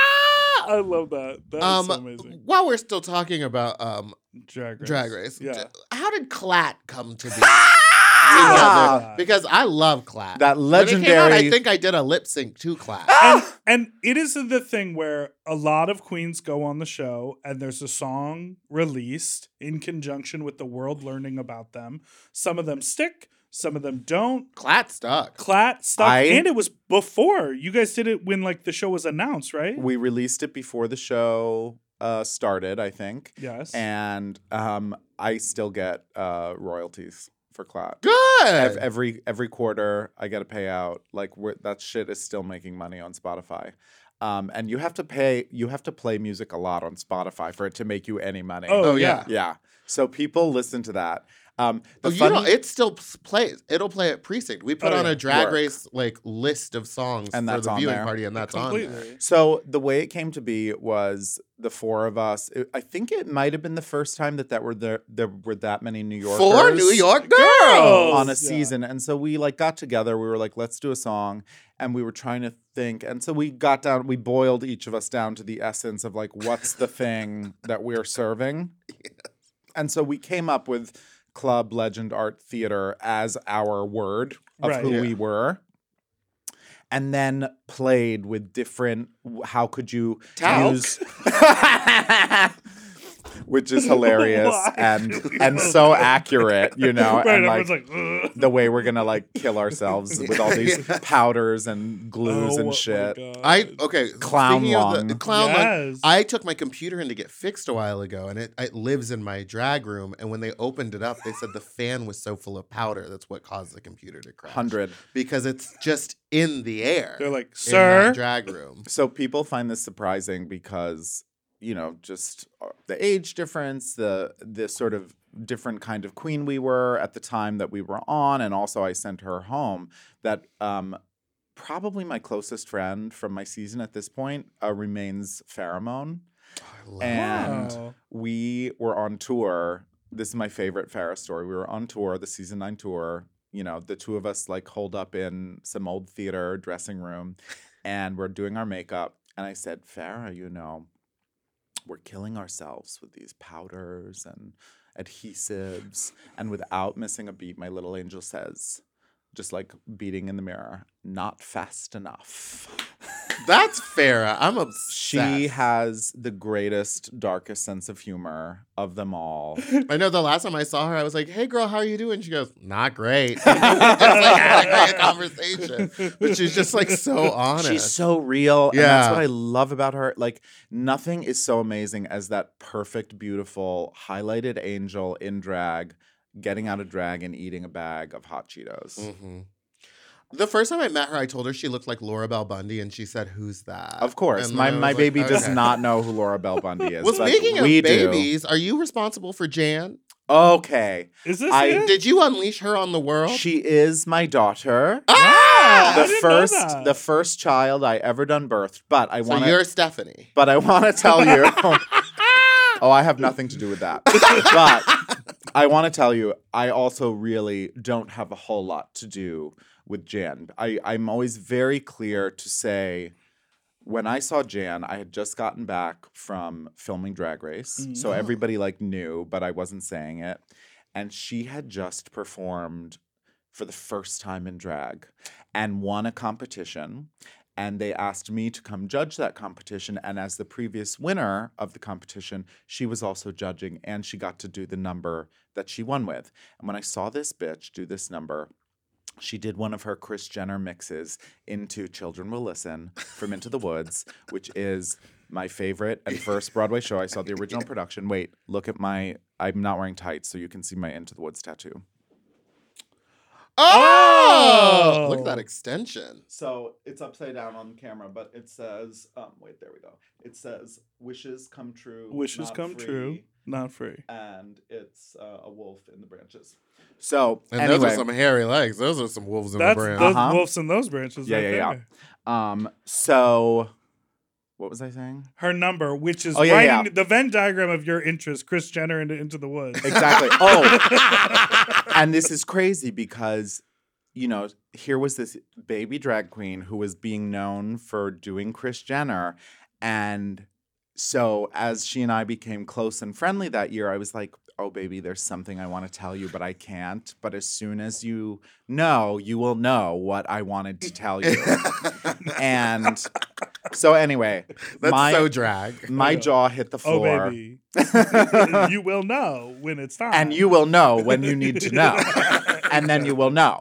I love that. That's
Um,
so amazing.
while we're still talking about um,
Drag race.
Drag Race,
Yeah.
d- how did Clat come to be?
Ah!
together? Because I love Clat. When it
that
came out,
legendary. Ah!
I think I did a lip sync to Clat.
and, and it is the thing where a lot of queens go on the show and there's a song released in conjunction with the world learning about them. Some of them stick, some of them don't.
Clat stuck.
Clat stuff.
I-
and it was before. You guys did it when like the show was announced, right?
we released it before the show uh, started, I think,
yes.
and um, I still get uh, royalties for Clout.
Good.
Ev- every every quarter I got to pay out. Like we're, that shit is still making money on Spotify. Um, and you have to pay. You have to play music a lot on Spotify for it to make you any money.
oh,
Oh,
yeah.
yeah.
yeah. So people listen to that. Um, the
Oh, you
funny-
know, it still s- plays. It'll play at precinct. We put
Oh,
on
yeah.
a drag
Work.
race like list of songs
And
for
that's
the
on
viewing
there.
party, and that's on there.
Completely.
So the way it came to be was the four of us. It- I think it might have been the first time that that were there there were that many New Yorkers
For New York
Girls!
girls.
on a
Yeah.
season. And so we like got together. We were like, let's do a song, and we were trying to think. And so we got down. We boiled each of us down to the essence of like, what's the thing that we're serving? And so we came up with club legend art theater as our word of
Right.
who
Yeah.
we were and then played with different how could you
Talc.
use which is hilarious
Why
and
do we
and
love
so
that?
accurate you know
right,
and
everyone's
like,
like, "Ugh."
the way we're gonna like kill ourselves with all these
Yeah.
powders and glues
Oh my
and shit
God.
I okay.
Clown
speaking of The,
lung.
clown lung,
Yes.
I took my computer in to get fixed a while ago, and it, it lives in my drag room. And when they opened it up, they said the fan was so full of powder that's what caused the computer to crash.
100
because it's just in the air.
They're like,
in my
sir.
drag room.
So people find this surprising because you know just uh, the age difference, the the sort of different kind of queen we were at the time that we were on, and also I sent her home. That um, probably my closest friend from my season at this point uh, remains pheromone.
Oh, I love
And-
Wow.
We were on tour. This is my favorite Farrah story. We were on tour, the season nine tour. You know, the two of us like holed up in some old theater dressing room and we're doing our makeup. And I said, Farah, you know, we're killing ourselves with these powders and adhesives. And without missing a beat, my little angel says, just like beating in the mirror, not fast enough.
it. that's Farah. I'm obsessed.
She has the greatest, darkest sense of humor of them all.
I know the last time I saw her, I was like, "Hey, girl, how are you doing?" She goes, "Not great." it's like not great conversation, but she's just like so honest.
She's so real. And that's
Yeah.
what I love about her. Like, nothing is so amazing as that perfect, beautiful, highlighted angel in drag, getting out of drag and eating a bag of hot Cheetos.
Mhm. The first time I met her, I told her she looked like Laura Bell Bundy, and she said, "Who's that?"
Of course.
And
My,
I was
my
like,
baby does
"Okay."
not know who Laura Bell Bundy is.
Well,
but
speaking of
we do.
babies, are you responsible for Jan?
Okay.
Is this
I
it?
Did you unleash her on the world?
She is my daughter.
Ah! I
The
didn't know
first
that.
the first child I ever done birthed. But I
so
want
you're Stephanie.
But I want to tell you. oh, I have nothing to do with that. but I want to tell you, I also really don't have a whole lot to do with Jan. I, I'm always very clear to say when I saw Jan, I had just gotten back from filming Drag Race. So
Mhm.
everybody like knew, but I wasn't saying it. And she had just performed for the first time in drag and won a competition. And they asked me to come judge that competition. And as the previous winner of the competition, she was also judging and she got to do the number that she won with. And when I saw this bitch do this number, she did one of her Chris Jenner mixes into Children Will Listen from Into the Woods, which is my favorite and first Broadway show. I saw the original production. Wait, look at my. I'm not wearing tights, so you can see my Into the Woods tattoo.
Oh!
Oh!
Look at that extension.
So it's upside down on camera, but it says, um, wait, there we go. It says, wishes come true.
Wishes
not
come
free,"
true, not free.
And it's uh, a wolf in the branches. So,
And
anyway,
those are some hairy legs. Those are some wolves in
That's
the brand.
those
Uh-huh.
wolves in those branches.
Yeah,
right
yeah, yeah.
there.
um, so what was I saying?
Her number, which is
Oh, yeah,
writing
yeah.
the Venn diagram of your interest, Chris Jenner into Into the Woods.
Exactly. Oh, and this is crazy because, you know, here was this baby drag queen who was being known for doing Chris Jenner. And so as she and I became close and friendly that year, I was like, oh, baby, there's something I want to tell you, but I can't. But as soon as you know, you will know what I wanted to tell you. and so, anyway,
That's
my,
so drag. Oh,
my
Yeah.
jaw hit the
oh,
floor.
baby. you will know when it's time.
and you will know when you need to know and then you will know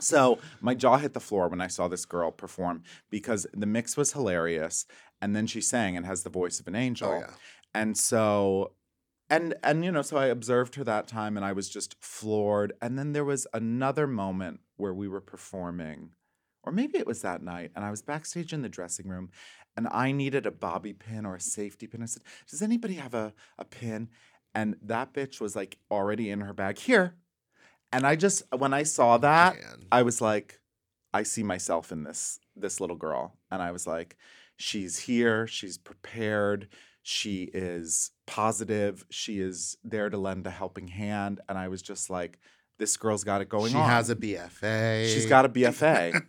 so my jaw hit the floor when i saw this girl perform because the mix was hilarious and then she sang and has the voice of an angel
Oh, yeah.
and so and and you know so i observed her that time and i was just floored and then there was another moment where we were performing or maybe it was that night and i was backstage in the dressing room and i needed a bobby pin or a safety pin i said does anybody have a, a pin and that bitch was like already in her bag here. And I just when I saw that,
Man.
I was like, I see myself in this this little girl, and I was like, she's here, she's prepared, she is positive, she is there to lend a helping hand, and I was just like, this girl's got it going
she
on.
has a BFA.
She's got a BFA.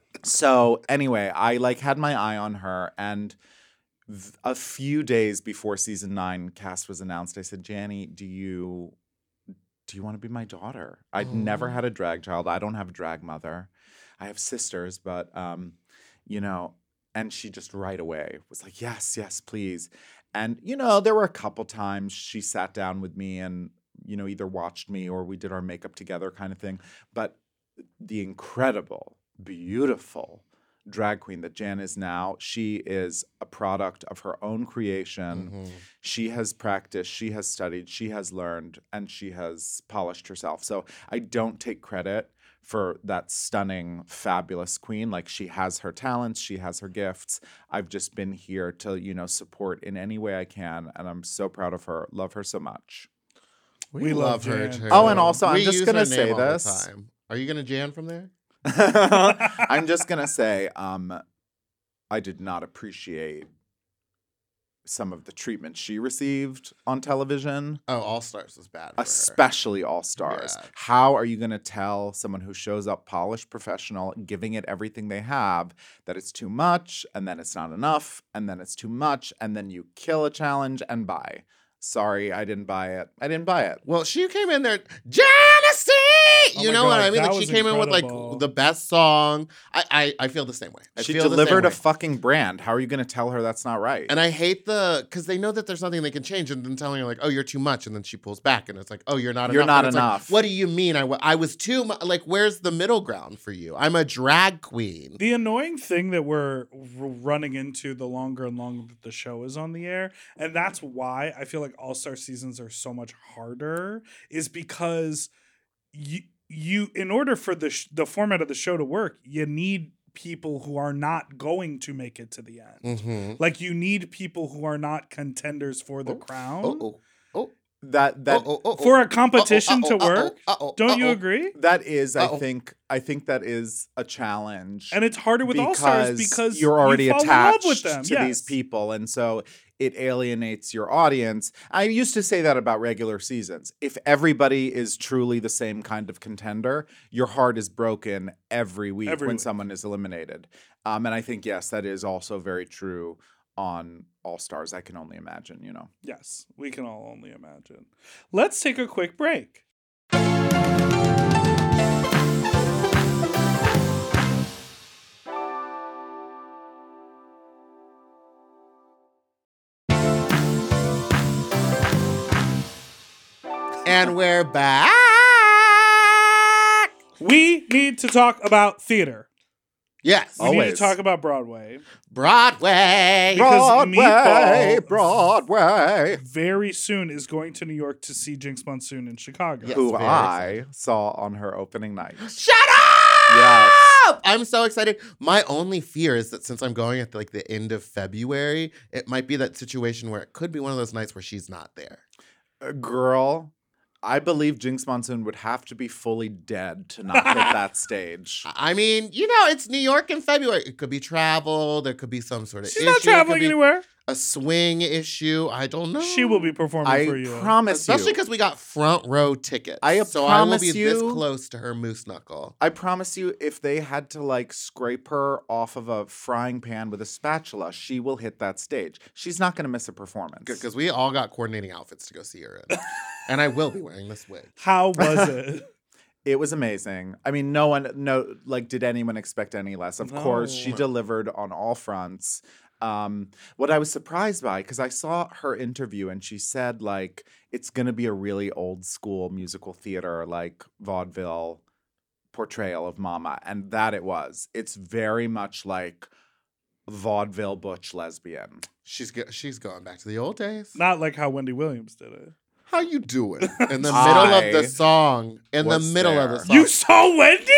so anyway, I like had my eye on her, and th- a few days before season nine cast was announced, I said, "Janny, do you do you want to be my daughter?" I'd never had a drag child. I don't have a drag mother. I have sisters, but um, you know, and she just right away was like, "Yes, yes, please." And you know, there were a couple times she sat down with me and you know either watched me or we did our makeup together kind of thing. But the incredible, beautiful drag queen that Jan is now, she is a product of her own creation.
Mhm.
She has practiced, she has studied, she has learned, and she has polished herself. So I don't take credit for that stunning, fabulous queen. Like she has her talents, she has her gifts. I've just been here to, you know, support in any way I can. And I'm so proud of her. Love her so much.
We,
We
love,
love
her
Jan.
too.
Oh, and also, I'm
We
just
use
gonna
her
say
name all the
this.
time. Are you gonna Jan from there?
I'm just gonna say, um, I did not appreciate some of the treatment she received on television,
Oh, All Stars was bad. For her.
especially All Stars.
Yeah.
How are you gonna tell someone who shows up polished, professional, giving it everything they have, that it's too much, and then it's not enough, and then it's too much, and then you kill a challenge and buy? Sorry, I didn't buy it. I didn't buy it.
Well, she came in there, Janice.
Oh
you
my
know what
God,
I mean?
that
Like she
was
came in with
incredible.
like the best song. I I, I feel the same way. I
she
feel the same
delivered a
way.
fucking brand. How are you gonna tell her that's not right?
and I hate the because they know that there's nothing they can change, and then telling her like, "Oh, you're too much," and then she pulls back, and it's like, "Oh, you're not
You're
enough."
not
And it's like,
enough.
what do you mean? I wa- I was too mu- like, where's the middle ground for you? I'm a drag queen.
The annoying thing that we're r- running into the longer and longer that the show is on the air, and that's why I feel like All Star seasons are so much harder, is because you you in order for the sh- the format of the show to work, you need people who are not going to make it to the end.
Mm-hmm.
Like you need people who are not contenders for the crown
Oh, oh, oh,
that that
oh, oh,
for a competition to work.
uh-oh,
Don't you
uh-oh.
agree?
That is,
Uh-oh.
I think, I think that is a challenge.
And it's harder with All Stars because
you're already
you fall
attached
in love with them.
to
Yes.
these people, and so it alienates your audience. I used to say that about regular seasons. If everybody is truly the same kind of contender, your heart is broken every week
Every
when
week.
someone is eliminated. Um, and I think yes, that is also very true on All Stars. I can only imagine, you know.
Yes, we can all only imagine. Let's take a quick break.
And we're back.
We need to talk about theater.
Yes.
We need to
Always.
talk about Broadway.
Oh. Broadway.
Bro- Because
Broadway,
Meatball-
Broadway.
Very soon is going to New York to see Jinx Monsoon in Chicago.
Yes.
who
very
I saw on her opening night.
Shut up!
Yes.
I'm so excited. My only fear is that since I'm going at like the end of February, it might be that situation where it could be one of those nights where she's not there.
Uh, Girl, I believe Jinx Monsoon would have to be fully dead to not hit that stage.
I mean, you know, it's New York in February. It could be travel. There could be some sort of
She's
issue. It
not
could
traveling
be
anywhere.
A swing issue. I don't know.
She will be performing
I
for you.
promise
Especially
you.
because we got front row tickets.
I
so I will
promise
be this
you-
close to her moose knuckle.
I promise you, if they had to like scrape her off of a frying pan with a spatula, she will hit that stage. She's not going to miss a performance.
Because we all got coordinating outfits to go see her in. and I will be wearing this wig.
How was it?
It was amazing. I mean, no one, no, like, did anyone expect any less? Of course, she
No.
delivered on all fronts. Um, what I was surprised by, because I saw her interview and she said, like, it's going to be a really old school musical theater, like vaudeville portrayal of Mama. And that it was. It's very much like vaudeville butch lesbian.
She's go- she's going back to the old days.
not like how Wendy Williams did it.
How you doing? In the
I
middle of the song. In the
was
middle of the
there.
song.
You saw Wendy?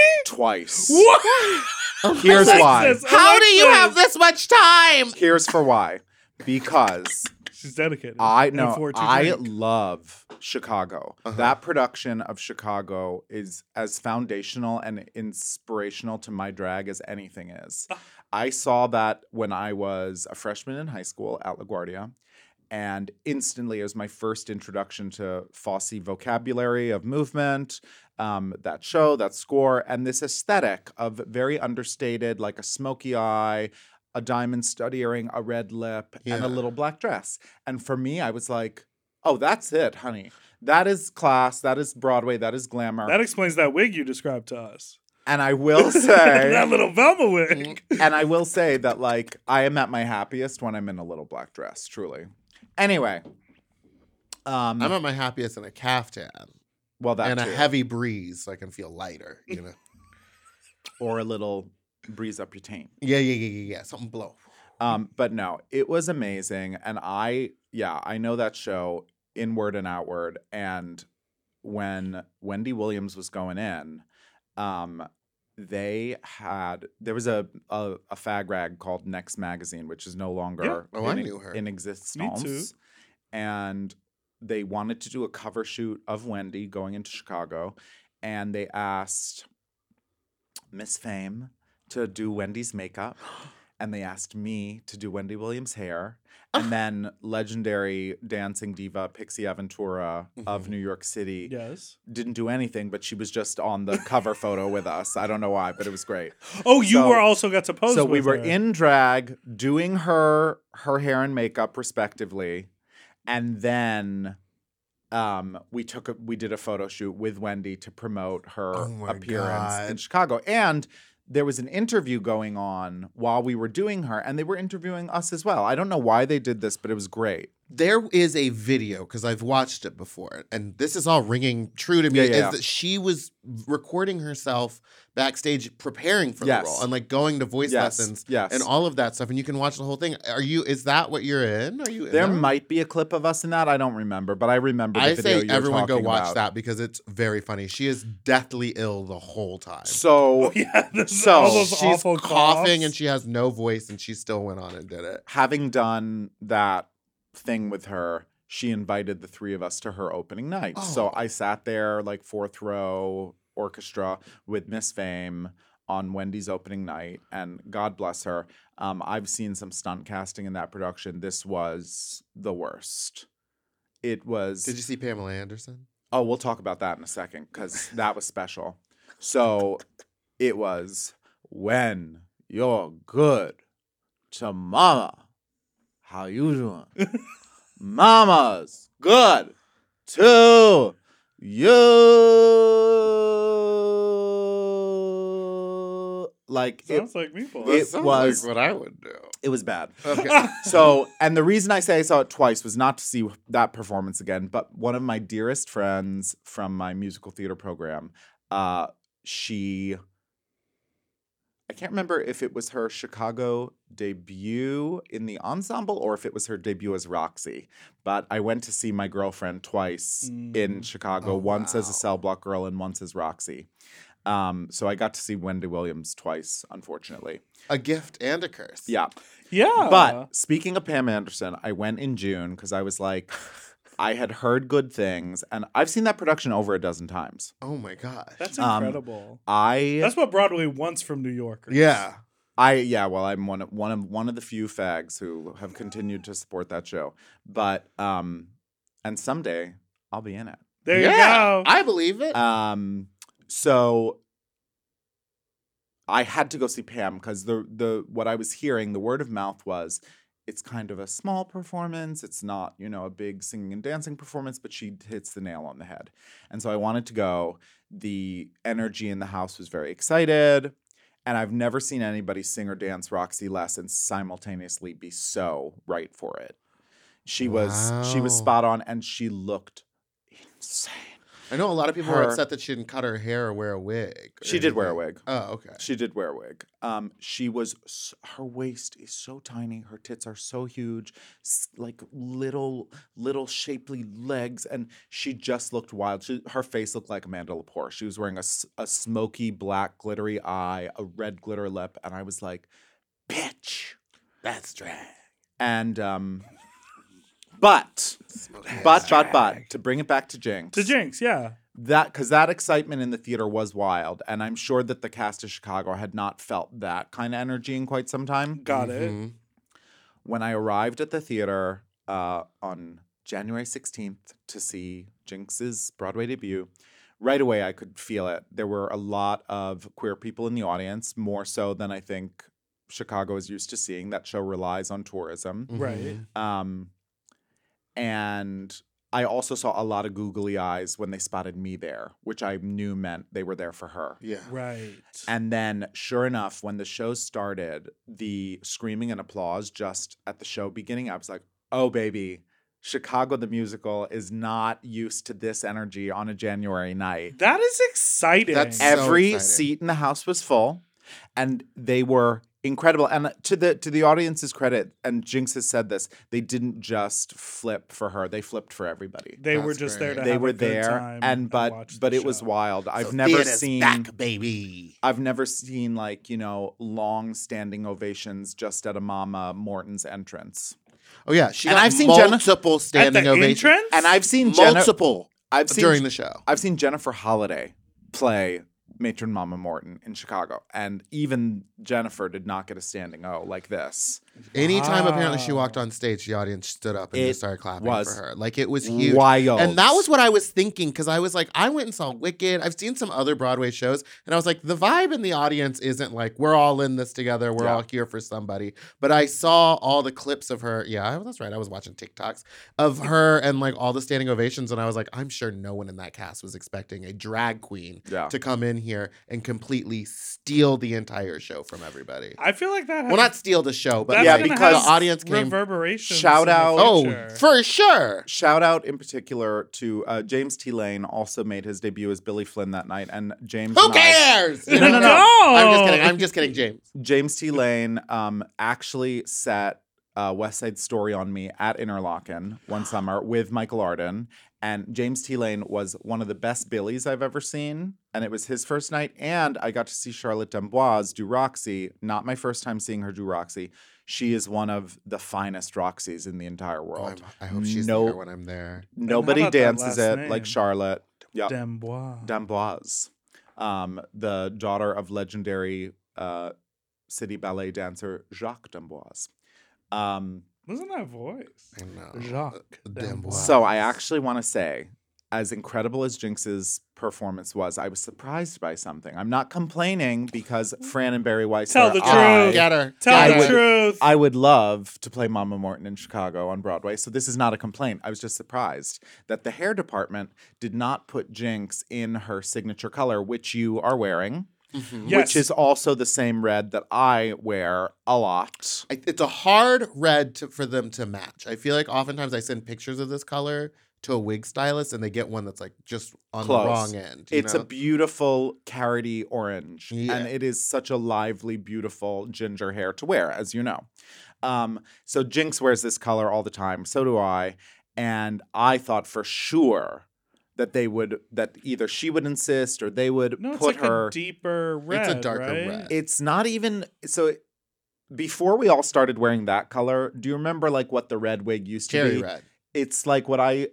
Twice.
What?
Here's why.
Alexis,
How do you
Alexis.
have this much time?
Here's for why. Because
She's dedicated.
I
and
know.
afford to
I
drink.
love Chicago.
Uh-huh.
That production of Chicago is as foundational and inspirational to my drag as anything is. I saw that when I was a freshman in high school at LaGuardia. And instantly, it was my first introduction to Fosse vocabulary of movement, um, that show, that score, and this aesthetic of very understated, like a smoky eye, a diamond stud earring, a red lip, and
Yeah.
a little black dress. And for me, I was like, oh, that's it, honey. That is class. That is Broadway. That is glamour.
That explains that wig you described to us.
and I will say, Mm.
that little Velma wig.
and I will say that, like, I am at my happiest when I'm in a little black dress, truly. Anyway. Um,
I'm at my happiest in a caftan
well, that
and
too.
a heavy breeze so I can feel lighter, you know?
or a little breeze up your taint.
yeah, yeah, yeah, yeah, yeah. Something blow.
Um, but no, it was amazing. And I, yeah, I know that show inward and outward. And when Wendy Williams was going in, um, they had there was a, a a fag rag called Next Magazine, which is no longer
Oh, I
in,
knew her.
in existence. And they wanted to do a cover shoot of Wendy going into Chicago, and they asked Miss Fame to do Wendy's makeup. And they asked me to do Wendy Williams' hair. And then legendary dancing diva Pixie Aventura of
Mhm.
New York City
Yes.
didn't do anything, but she was just on the cover photo with us. I don't know why, but it was great.
Oh, you
So-
were also got to pose.
so we
with
were
her.
in drag, doing her her hair and makeup respectively, and then um, we took a, we did a photo shoot with Wendy to promote her
Oh my
appearance in
God.
Chicago, and there was an interview going on while we were doing her, and they were interviewing us as well. I don't know why they did this, but it was great.
There is a video because I've watched it before, and this is all ringing true to me.
Yeah, yeah,
is
yeah.
that she was recording herself backstage, preparing for
Yes.
the role, and like going to voice
yes,
lessons
yes,
and all of that stuff. And you can watch the whole thing. Are you? Is that what you're in? Are you? in
There
that?
might be a clip of us in that. I don't remember, but I remember. The
I
video
say
you were
everyone go
talking
watch
about.
that because it's very funny. She is deathly ill the whole time.
So
Oh, yeah. This,
So,
so all those
She's
awful
coughing and
coughs.
she has no voice, and she still went on and did it.
having done that thing with her, she invited the three of us to her opening night. So
Oh.
I sat there like fourth row orchestra with Miss Fame on Wendy's opening night, and God bless her. Um, I've seen some stunt casting in that production. This was the worst. It was.
Did you see Pamela Anderson?
oh, we'll talk about that in a second because that was special. So it was when you're good to mama. How you doing? Mama's good to you. Like it,
Sounds like meatballs.
It was-
what I would do.
it was bad.
Okay.
So, and the reason I say I saw it twice was not to see that performance again, but one of my dearest friends from my musical theater program, uh, she, I can't remember if it was her Chicago debut in the ensemble or if it was her debut as Roxy, but I went to see my girlfriend twice in
Mm.
Chicago,
Oh,
once as a
wow.
cell block girl and once as Roxy. Um, so I got to see Wendy Williams twice, unfortunately.
a gift and a curse.
Yeah.
yeah.
But speaking of Pam Anderson, I went in June because I was like, I had heard good things, and I've seen that production over a dozen times.
Oh my gosh.
that's
um,
incredible.
I,
that's what Broadway wants from New Yorkers.
yeah.
I, yeah, well, I'm one of one of one of the few fags who have continued to support that show, but um, and someday I'll be in it.
There
yeah.
you go.
I believe it.
Um, so I had to go see Pam because the the what I was hearing, the word of mouth was it's kind of a small performance. It's not, you know, a big singing and dancing performance, but she hits the nail on the head. And so I wanted to go. The energy in the house was very excited. And I've never seen anybody sing or dance Roxy less and simultaneously be so right for it. She was she was
Wow.
spot on and she looked insane.
I know a lot of people were
her-
upset that she didn't cut her hair or wear a wig. or
She did wear a
anything.
wig.
Oh, okay.
She did wear a wig. Um, she was s- her waist is so tiny, her tits are so huge, s- like little little shapely legs, and she just looked wild. She, her face looked like Amanda Lepore. She was wearing a s- a smoky black glittery eye, a red glitter lip, and I was like, bitch.
That's drag.
And um, But, but, but, but, to bring it back to Jinx,
To Jinx, yeah.
that because that excitement in the theater was wild, and I'm sure that the cast of Chicago had not felt that kind of energy in quite some time.
Got it.
Mhm.
When I arrived at the theater uh, on January 16th to see Jinx's Broadway debut, right away I could feel it. There were a lot of queer people in the audience, more so than I think Chicago is used to seeing. That show relies on tourism.
mm-hmm.
Right.
Um, and I also saw a lot of googly eyes when they spotted me there, which I knew meant they were there for her.
Yeah.
Right.
Mm-hmm. And then, sure enough, when the show started, the screaming and applause just at the show beginning, I was like, oh, baby, Chicago the musical is not used to this energy on a January night.
that is exciting.
That's So
Every
exciting.
seat in the house was full, and they were incredible. And to the to the audience's credit, and Jinx has said this, they didn't just flip for her; they flipped for everybody.
they were
That's
just there
great.
to
they
have
were
a good
there,
time
and but
watch
but
the
it was
show.
wild. I've
So
never
theater's
seen
back, baby.
I've never seen like, you know, long standing ovations just at a Mama Morton's entrance.
Oh yeah, she
And
got
I've seen Jenna-
multiple
at the
standing ovations.
entrance.
And I've seen Jennifer
Multiple
I've seen
during the show.
I've seen Jennifer Holiday play Matron Mama Morton in Chicago. And even Jennifer did not get a standing O like this.
Anytime apparently she
Wow.
walked on stage, the audience stood up and
It
just started clapping
was
for her. Like it was huge.
Wild.
And that was what I was thinking because I was like, I went and saw Wicked. I've seen some other Broadway shows, and I was like, the vibe in the audience isn't like we're all in this together. We're
Yeah.
all here for somebody. But I saw all the clips of her. Yeah, that's right. I was watching TikToks of her and like all the standing ovations, and I was like, I'm sure no one in that cast was expecting a drag queen
Yeah.
to come in here and completely steal the entire show from everybody.
I feel like that.
Well,
has-
not steal the show, but
that's
Yeah,
like,
gonna
because
have
the audience came.
reverberations.
Shout
in the
out-
Oh,
future.
for sure.
Shout out in particular to uh, James T. Lane, also made his debut as Billy Flynn that night. And James
Who
and I-
cares?
no,
No,
no,
no,
no.
no.
I'm just
Oh.
kidding. I'm just kidding, James.
James T. Lane um, actually set uh, West Side Story on me at Interlochen one summer with Michael Arden. And James T. Lane was one of the best Billies I've ever seen. And it was his first night. And I got to see Charlotte Demboise do Roxy. Not my first time seeing her do Roxy. She is one of the finest Roxies in the entire world.
I'm- i hope she's
No-
there when I'm there.
Nobody
about that
dances
last
it like
name?
Charlotte. Yeah.
Dembois.
Damboise, um, the daughter of legendary uh, city ballet dancer Jacques Damboise. Um,
Wasn't that voice?
I know.
Jacques
Dembois.
Dembois.
so I actually want to say, as incredible as Jinx's performance was, I was surprised by something. I'm not complaining because Fran and Barry Weiss.
Tell
are
the truth.
I,
Get her.
Tell
I
the
would-
truth.
I would love to play Mama Morton in Chicago on Broadway. So this is not a complaint. I was just surprised that the hair department did not put Jinx in her signature color, which you are wearing.
yes.
Mm-hmm.
which is also the same red that I wear a lot.
I- It's a hard red to, for them to match. I feel like oftentimes I send pictures of this color to a wig stylist and they get one that's like just on
Close.
the wrong end. you
It's a
know?
beautiful carroty orange,
Yeah.
and it is such a lively, beautiful ginger hair to wear, as you know. Um, so Jinx wears this color all the time. So do I, and I thought for sure that they would that either she would insist or they would
no, it's
put
like
her
a deeper red.
darker
right?
red.
It's not even so. Before we all started wearing that color, do you remember like what the red wig used to
cherry
be?
red.
it's like what I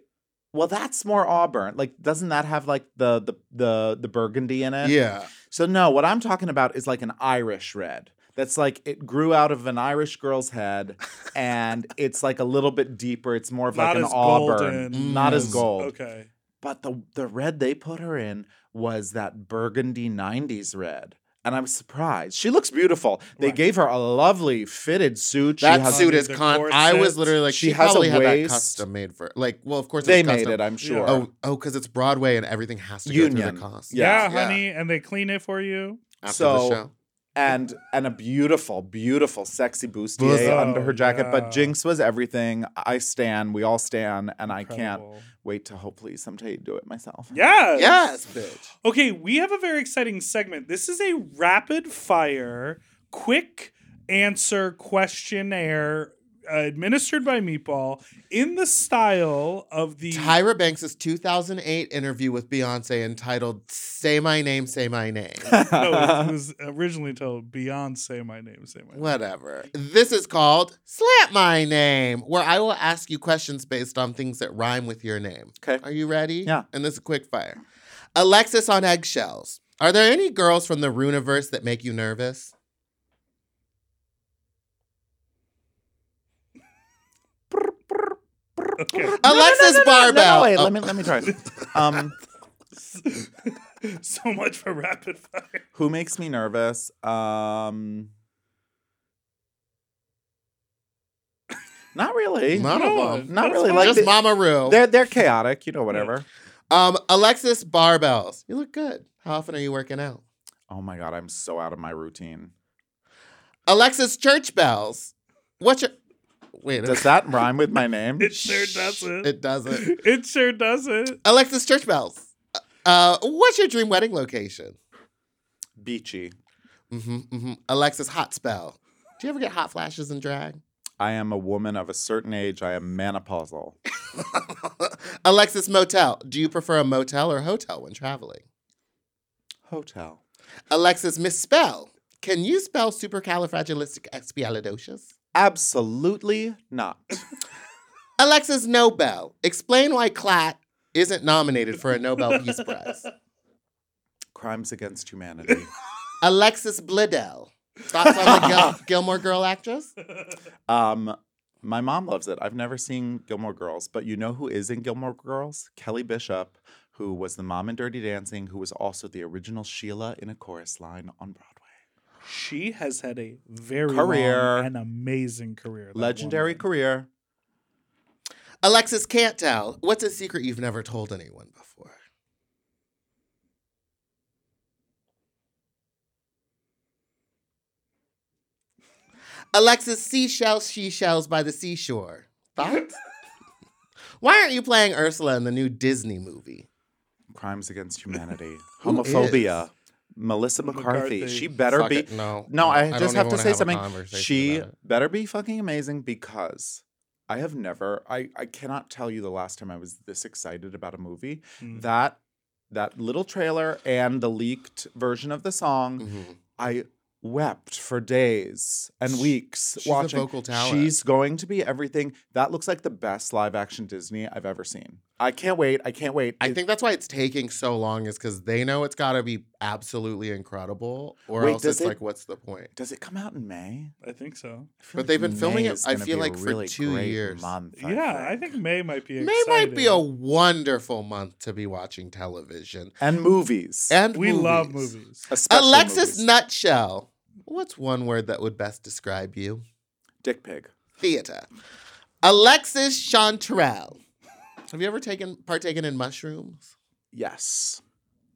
well that's more auburn like doesn't that have like the the the the burgundy in it
Yeah.
so no what i'm talking about is like an irish red that's like it grew out of an irish girl's head and it's like a little bit deeper it's more of like
Not
an
as
auburn
golden
not as
Mm.
gold
Okay.
but the the red they put her in was that burgundy 90s red and i was surprised she looks beautiful they
Right.
gave her a lovely fitted suit she
That
has
suit is
the
con. I was
corset.
literally like,
She
she,
has a
probably had that
waist.
custom made for. Like, well, of course
they
was
made
custom.
it i'm sure
Oh, oh, because it's Broadway and everything has to go through
Union.
the cost.
Yeah,
Yeah.
honey, and they clean it for you.
After
So-
the show.
and and a beautiful, beautiful, sexy bustier
Bosom.
under her jacket.
Yeah.
But Jinx was everything. I stan. We all stan, and I can't
Incredible.
wait to hopefully someday do it myself.
Yes.
Yes, bitch.
Okay, we have a very exciting segment. This is a rapid fire, quick answer questionnaire uh, administered by Meatball in the style of the
Tyra Banks' 2008 interview with Beyonce entitled Say My Name, Say My Name.
no, it was originally told Beyond Say My Name, Say My Name.
Whatever. This is called Slap My Name, where I will ask you questions based on things that rhyme with your name.
Okay.
Are you ready?
Yeah.
And this is quick fire. Alexis on eggshells. Are there any girls from the Runiverse that make you nervous?
Okay.
Alexis Barbell.
wait,
Oh,
let me let me try. it. Um,
so much for rapid fire.
who makes me nervous? Um, not really.
None
Come
of
on.
them.
Not
That's
really.
fine.
Like
Just
they-
Mama Rue.
They're they're chaotic, you know. Whatever.
Um, Alexis Barbells. You look good. How often are you working out?
Oh my god, I'm so out of my routine.
Alexis Church Bells. What's your wait?
Does that rhyme with my name?
It sure doesn't.
It doesn't.
It sure doesn't.
Alexis Church Bells. Uh, what's your dream wedding location?
Beachy.
Mm-hmm, mm-hmm. Alexis Hot Spell. Do you ever get hot flashes in drag?
I am a woman of a certain age. I am menopausal.
Alexis Motel. Do you prefer a motel or hotel when traveling?
Hotel.
Alexis Misspell. Can you spell supercalifragilisticexpialidocious?
Absolutely not.
Alexis Nobel. Explain why Clat isn't nominated for a Nobel Peace Prize.
Crimes against humanity.
Alexis Bledel. Thoughts on the Gil- Gilmore Girl actress?
Um, my mom loves it. I've never seen Gilmore Girls, but you know who is in Gilmore Girls? Kelly Bishop, who was the mom in Dirty Dancing, who was also the original Sheila in a chorus line on Broadway.
She has had a very
Career.
long and amazing career. that
Legendary
woman.
career.
Alexis can't tell. What's a secret you've never told anyone before? Alexis seashells, she shells by the seashore. Thoughts? Why aren't you playing Ursula in the new Disney movie?
Crimes against humanity.
Who
Homophobia. Melissa McCarthy.
McCarthy.
She better
Fuck
be.
it, no.
No, I,
don't
just
even
have to
wanna
say
have a
something.
conversation
She
about it.
better be fucking amazing because I have never, I, I cannot tell you the last time I was this excited about a movie.
Mm.
That that little trailer and the leaked version of the song,
Mhm.
I wept for days and weeks
she's a
watching.
vocal talent.
She's going to be everything. That looks like the best live action Disney I've ever seen. I can't wait. I can't wait.
I
It-
think that's why it's taking so long is because they know it's got to be absolutely incredible, or
Wait,
else
does
it's
it-
like, what's the point?
does it come out in May?
I think so.
I feel
But
like
they've been filming it,
is
I
gonna
feel
be a
like, for
really
two
great
years.
month,
yeah, I think May might be.
May might be a
exciting.
wonderful month to be watching television
and movies.
and
We love movies.
Especially
Alexis
movies.
Nutshell. What's one word that would best describe you?
Dick Pig.
Theater. Alexis Chanterelle. Have you ever taken partaken in mushrooms?
Yes.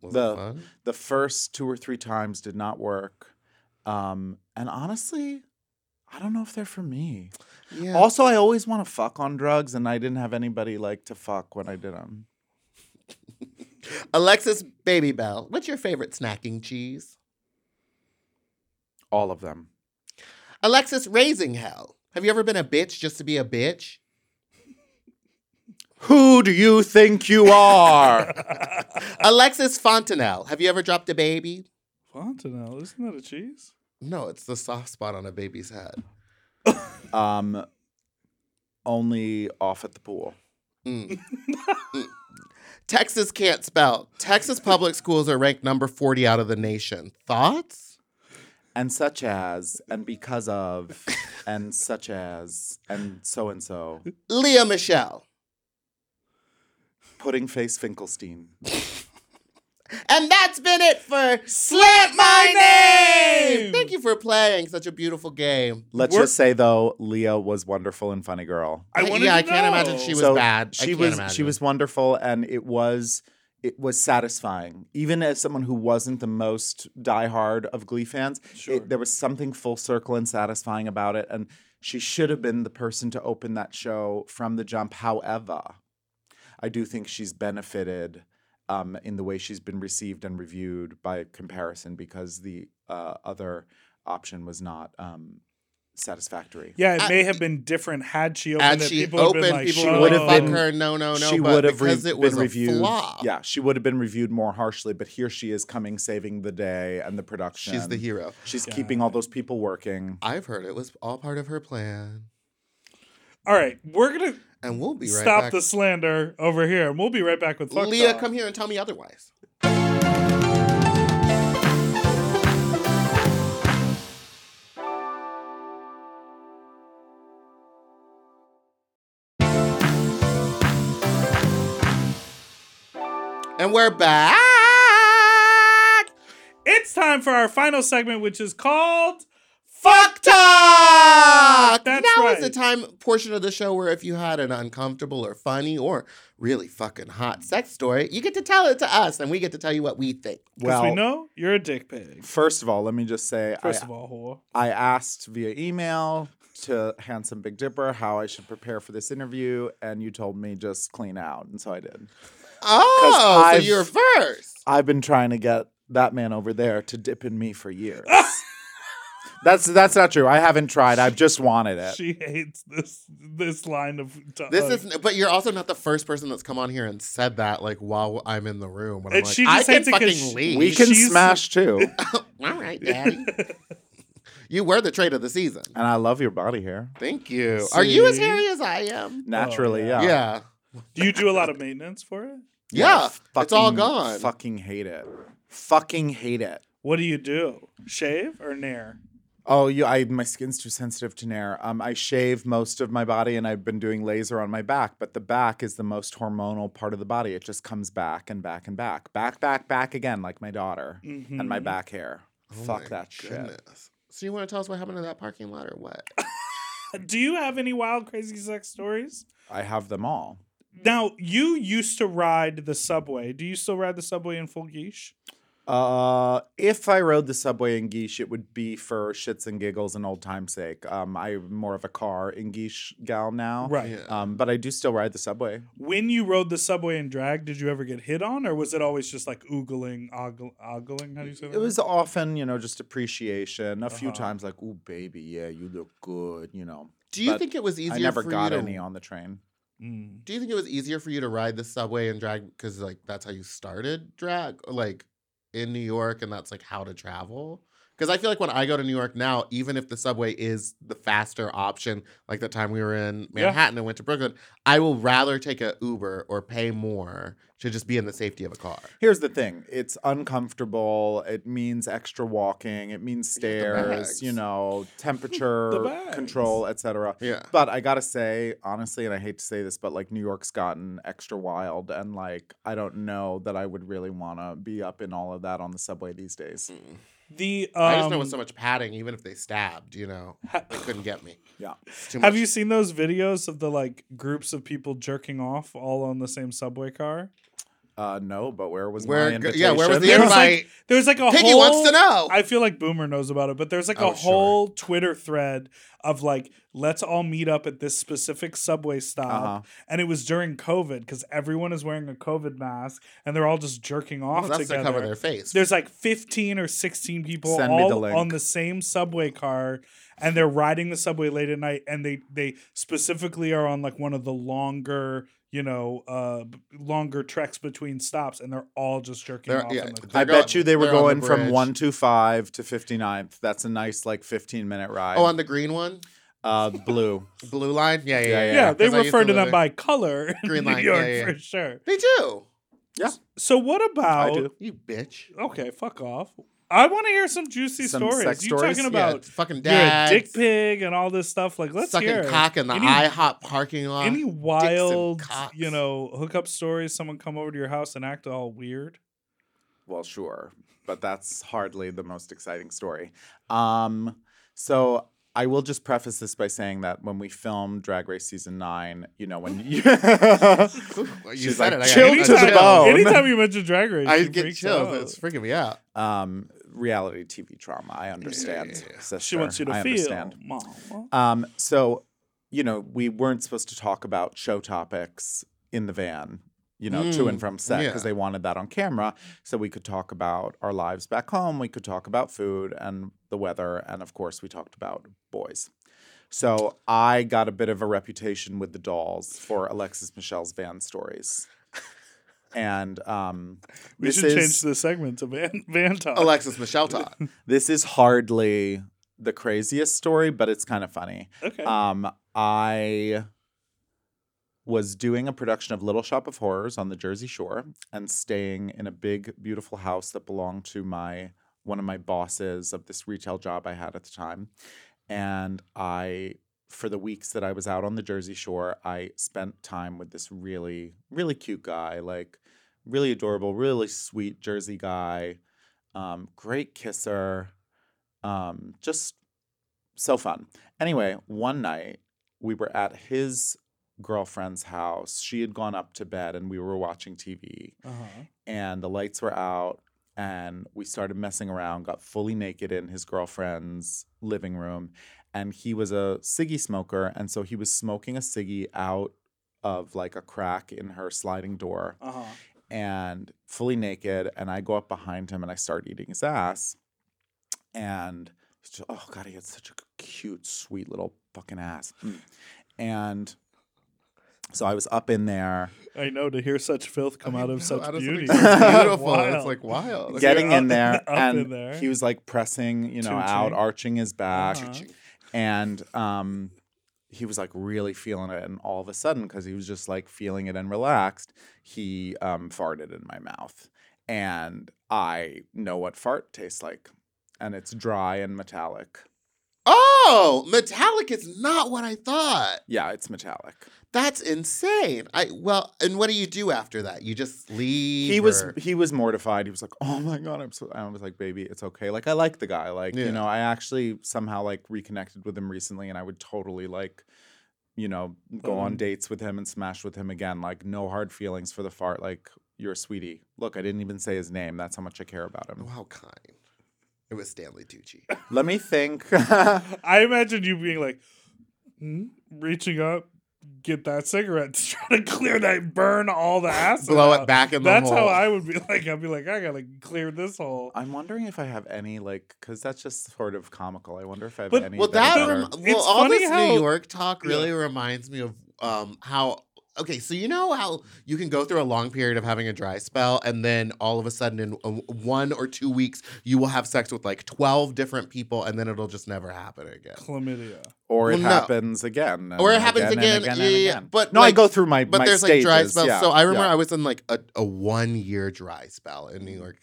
Was
The-
it fun?
The first two or three times did not work. Um, and honestly, I don't know if they're for me.
Yeah.
Also, I always want to fuck on drugs, and I didn't have anybody like to fuck when I did them.
Alexis Baby Bell. What's your favorite snacking cheese?
All of them.
Alexis raising hell. Have you ever been a bitch just to be a bitch?
Who do you think you are?
Uh,
Alexis Fontenelle. Have you ever dropped a baby?
Fontanelle, isn't that a cheese?
No, it's the soft spot on a baby's head.
um, only off at the pool.
Mm. Mm. Texas can't spell. Texas public schools are ranked number 40 out of the nation. Thoughts?
And such as, and because of, and such as, and so and so.
Leah Michelle.
Pudding face Finkelstein.
And that's been it for Slap My Name! Thank you for playing such a beautiful game.
Let's
We're-
just say though, Leah was wonderful and funny girl.
I wanted
yeah,
to
I can't
know.
imagine she was
So
bad. I
She
can't
was she
imagine.
was wonderful, and it was it was satisfying, even as someone who wasn't the most diehard of Glee fans. it-
Sure.
there was something full circle and satisfying about it, and she should have been the person to open that show from the jump. However, I do think she's benefited. Um, in the way she's been received and reviewed by comparison, because the uh, other option was not um, satisfactory.
Yeah, it
I-
may have been different had she
Had
opened it.
she
people would have
opened,
been like,
people
"Shut
would
up."
have
would've
been her
been-
no no no.
she
but
would have re-
because it was
been
a
reviewed.
flop.
Yeah, she would have been reviewed more harshly, but here she is coming, saving the day and the production.
she's the hero.
She's keeping all those people working.
I've heard it was all part of her plan,
All right, we're gonna
and we'll be right
stop
back.
the slander over here, and we'll be right back with Fuck
Leah,
Dog.
come here and tell me otherwise. And we're back.
It's time for our final segment, which is called
Fuck talk.
That's
now
right.
is the time portion of the show where if you had an uncomfortable or funny or really fucking hot sex story, you get to tell it to us, and we get to tell you what we think.
because
Well,
we know you're a dick pig.
first of all, let me just say I,
First of all, whore.
I asked via email to Handsome Big Dipper how I should prepare for this interview, and you told me just clean out, and so I did.
Oh, so
I've-
you're first.
I've been trying to get that man over there to dip in me for years. that's that's not true. I haven't tried. I've just wanted it.
She hates this this line of. uh, To
This
us.
is, but you're also not the first person that's come on here and said that. Like while I'm in the room, when I'm
And
like,
she
I
just
can
hates it 'cause
fucking
she-
leave.
we can
she's-
smash too.
All right, Daddy. you were the trade of the season.
And I love your body hair.
Thank you. Are you as
See?
hairy as I am?
Naturally,
Oh,
yeah.
Yeah.
Do you do a lot of maintenance for it?
Yeah.
I
it's all
fucking-
gone.
Fucking hate it. Fucking hate it.
What do you do? Shave or nair?
Oh, you I my skin's too sensitive to nair. Um I shave most of my body and I've been doing laser on my back, but the back is the most hormonal part of the body. It just comes back and back and back. Back back back again like my daughter and
Mm-hmm.
my back hair.
Mm-hmm. Oh
Fuck
my
that shit.
goodness. So you want to tell us what happened to that parking lot or what?
Do you have any wild, crazy sex stories?
I have them all.
Now, you used to ride the subway. Do you still ride the subway in full geesh?
Uh, if I rode the subway in Geesh, it would be for shits and giggles and old time's sake. Um, I'm more of a car in Geesh gal now.
Right.
Yeah.
Um, but I do still ride the subway.
When you rode the subway in drag, did you ever get hit on, or was it always just like oogling, ogle, ogling? How do you say that?
Mm-hmm.
It was often, you know, just appreciation. A few
Uh-huh.
times, like, "Ooh, baby, yeah, you look good," you know.
Do you
But
think it was easier?
I never
for
got
you to,
any on the train.
Mm.
Do you think it was easier for you to ride the subway and drag because like that's how you started drag, like in New York, and that's like how to travel? Because I feel like when I go to New York now, even if the subway is the faster option, like the time we were in
Yeah.
Manhattan and went to Brooklyn, I will rather take a Uber or pay more to just be in the safety of a car.
Here's the thing: it's uncomfortable. It means extra walking. It means stairs.
bags.
You know, temperature control, etc.
Yeah.
But I gotta say, honestly, and I hate to say this, but like New York's gotten extra wild, and like I don't know that I would really want to be up in all of that on the subway these days.
Mm.
The
I just know with
um,
so much padding, even if they stabbed, you know, they couldn't get me.
Yeah.
It's too
Have
much.
you seen those videos of the like groups of people jerking off all on the same subway car?
Uh, no, but where was
Where-
my
yeah,
invitation?
where was the
There's like
Everybody-
there's like a
Piggy
whole,
wants to know.
I feel like Boomer knows about it, but there's like
Oh,
a
sure.
whole Twitter thread of like let's all meet up at this specific subway stop,
Uh-huh.
and it was during COVID because everyone is wearing a COVID mask and they're all just jerking off
Well, that's
together.
to cover their face.
There's like 15 or 16 people
Send me the
all
link.
on the same subway car and they're riding the subway late at night and they they specifically are on like one of the longer, you know, uh b- longer treks between stops and they're all just jerking
They're-
off.
yeah,
on the-
they're
I
go-
bet you they were
they're on the
going from
bridge.
125 to 59th. That's a nice like 15 minute ride.
Oh, on the green one,
uh, blue.
blue line. Yeah, yeah, yeah.
yeah,
Yeah,
they
'cause I used
refer to
live
them
there.
by color in
Green
New
line,
York
yeah, yeah.
for sure.
They do.
So what about
I do.
You bitch.
Okay, fuck off. I want to hear some juicy
Some
stories.
sex
you
stories?
talking
Yeah,
Yeah,
about
fucking
yeah,
dad.
dick pig and all this stuff like let's
sucking
hear it.
cock in the
Any-
IHOP parking lot.
any wild
Um, cocks.
you know hookup stories someone come over to your house and act all weird
Well, sure, but that's hardly the most exciting story. Um, so I will just preface this by saying that when we filmed Drag Race season nine, you know, when you
you
She's
said
like,
it. I got-
chill
I
to
got
the
chills.
bone.
anytime you mention drag race
I
she
get
freaks
chills.
out.
It's freaking me out.
um, reality TV trauma, I understand. Sister,
she wants you to
I
feel
understand.
mom
Um, so, you know, we weren't supposed to talk about show topics in the van, you know, to
Mm,
and from set because
yeah.
they wanted that on camera. So we could talk about our lives back home. We could talk about food and the weather. And of course, we talked about boys. So I got a bit of a reputation with the dolls for Alexis Michelle's van stories. And um,
We
this
should
is
change the segment to Van Van Talk.
Alexis Michelle Todd.
this is hardly the craziest story, but it's kind of funny.
okay.
Uh,
Um, I was doing a production of Little Shop of Horrors on the Jersey Shore and staying in a big, beautiful house that belonged to my one of my bosses of this retail job I had at the time. And I, for the weeks that I was out on the Jersey Shore, I spent time with this really, really cute guy, like really adorable, really sweet Jersey guy, um, great kisser, um, just so fun. Anyway, one night we were at his girlfriend's house. She had gone up to bed and we were watching TV
uh-huh.
and the lights were out and we started messing around, got fully naked in his girlfriend's living room. And he was a ciggy smoker. And so he was smoking a ciggy out of like a crack in her sliding door
Uh-huh.
and fully naked. And I go up behind him and I start eating his ass. And it's ju- oh god, he had such a cute, sweet little fucking ass.
Hmm.
And so I was up in there,
I know to hear such filth come
I
out of
know,
such
out of
beauty.
something
It's
so beautiful. It's
Wild.
like wild.
getting
up-
in there,
up
and
in there.
he was like pressing, you know, out,
Choo-choo.
arching his back,
Uh-huh.
and um, he was like really feeling it. And all of a sudden, because he was just like feeling it and relaxed, he um, farted in my mouth, and I know what fart tastes like, and it's dry and metallic.
Oh, metallic is not what I thought.
Yeah, it's metallic.
That's insane. I well, and what do you do after that? You just leave.
he was
or-
he was mortified. He was like, "Oh my god, I'm so." I was like, "Baby, it's okay. Like, I like the guy. Like,
Yeah.
you know, I actually somehow like reconnected with him recently, and I would totally like, you know, go
Mm-hmm.
on
Um.
dates with him and smash with him again. Like, no hard feelings for the fart. Like, you're a sweetie. Look, I didn't even say his name. That's how much I care about him.
oh, how kind. It was Stanley Tucci.
Let me think.
I imagine you being like, hmm? reaching up, get that cigarette to try to clear that, burn all the acid.
Blow
out.
it back in the
That's
hole.
how I would be like. I'd be like, I gotta clear this hole.
I'm wondering if I have any like, because that's just sort of comical. I wonder if I have
But-
any.
Well,
that
that um,
are
rem-
better.
well,
It's
all
funny
this
how-
New York talk
Yeah.
really reminds me of um how. Okay, so you know how you can go through a long period of having a dry spell, and then all of a sudden, in uh, one or two weeks, you will have sex with like twelve different people, and then it'll just never happen again.
Chlamydia.
Oh,
or it
Well, no.
happens again, and
Or it happens
and
again,
and
yeah, yeah, yeah.
again.
But,
no, I
like-
go through my
But
my
there's like dry
stages,
spells.
yeah,
So I remember
yeah. Mm-hmm.
I was in like a, a one year dry spell in New York,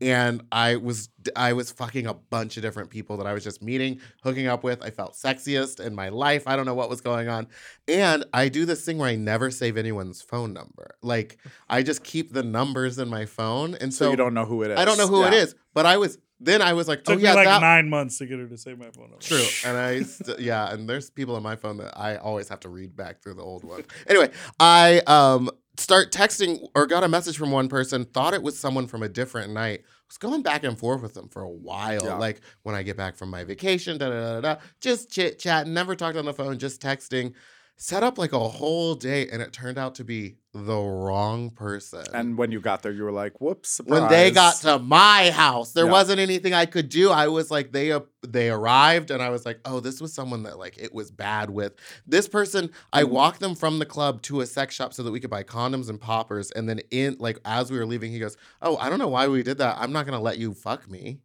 and I was I was fucking a bunch of different people that I was just meeting, hooking up with. I felt sexiest in my life. I don't know what was going on, and I do this thing where I never save anyone's phone number. Like I just keep the numbers in my phone, and
so,
so,
you don't know who it is.
I don't know who it
Yeah.
is. But I was then I was like,
Took
oh yeah,
me like
that
nine months to get her to say my phone number.
True, and I st- yeah, and there's people on my phone that I always have to read back through the old one. Anyway, I um start texting or got a message from one person, thought it was someone from a different night. Was going back and forth with them for a while.
Yeah.
Like when I get back from my vacation, da da da da, da just chit chat, never talked on the phone, just texting. Set up like a whole day, and it turned out to be the wrong person.
And when you got there, you were like, "Whoops!" Surprise.
When they got to my house, there
Yeah.
wasn't anything I could do. I was like, they uh, they arrived, and I was like, oh, this was someone that like it was bad with. This person, I
Mm-hmm.
walked them from the club to a sex shop so that we could buy condoms and poppers, and then in like as we were leaving, he goes, oh, I don't know why we did that. I'm not gonna let you fuck me.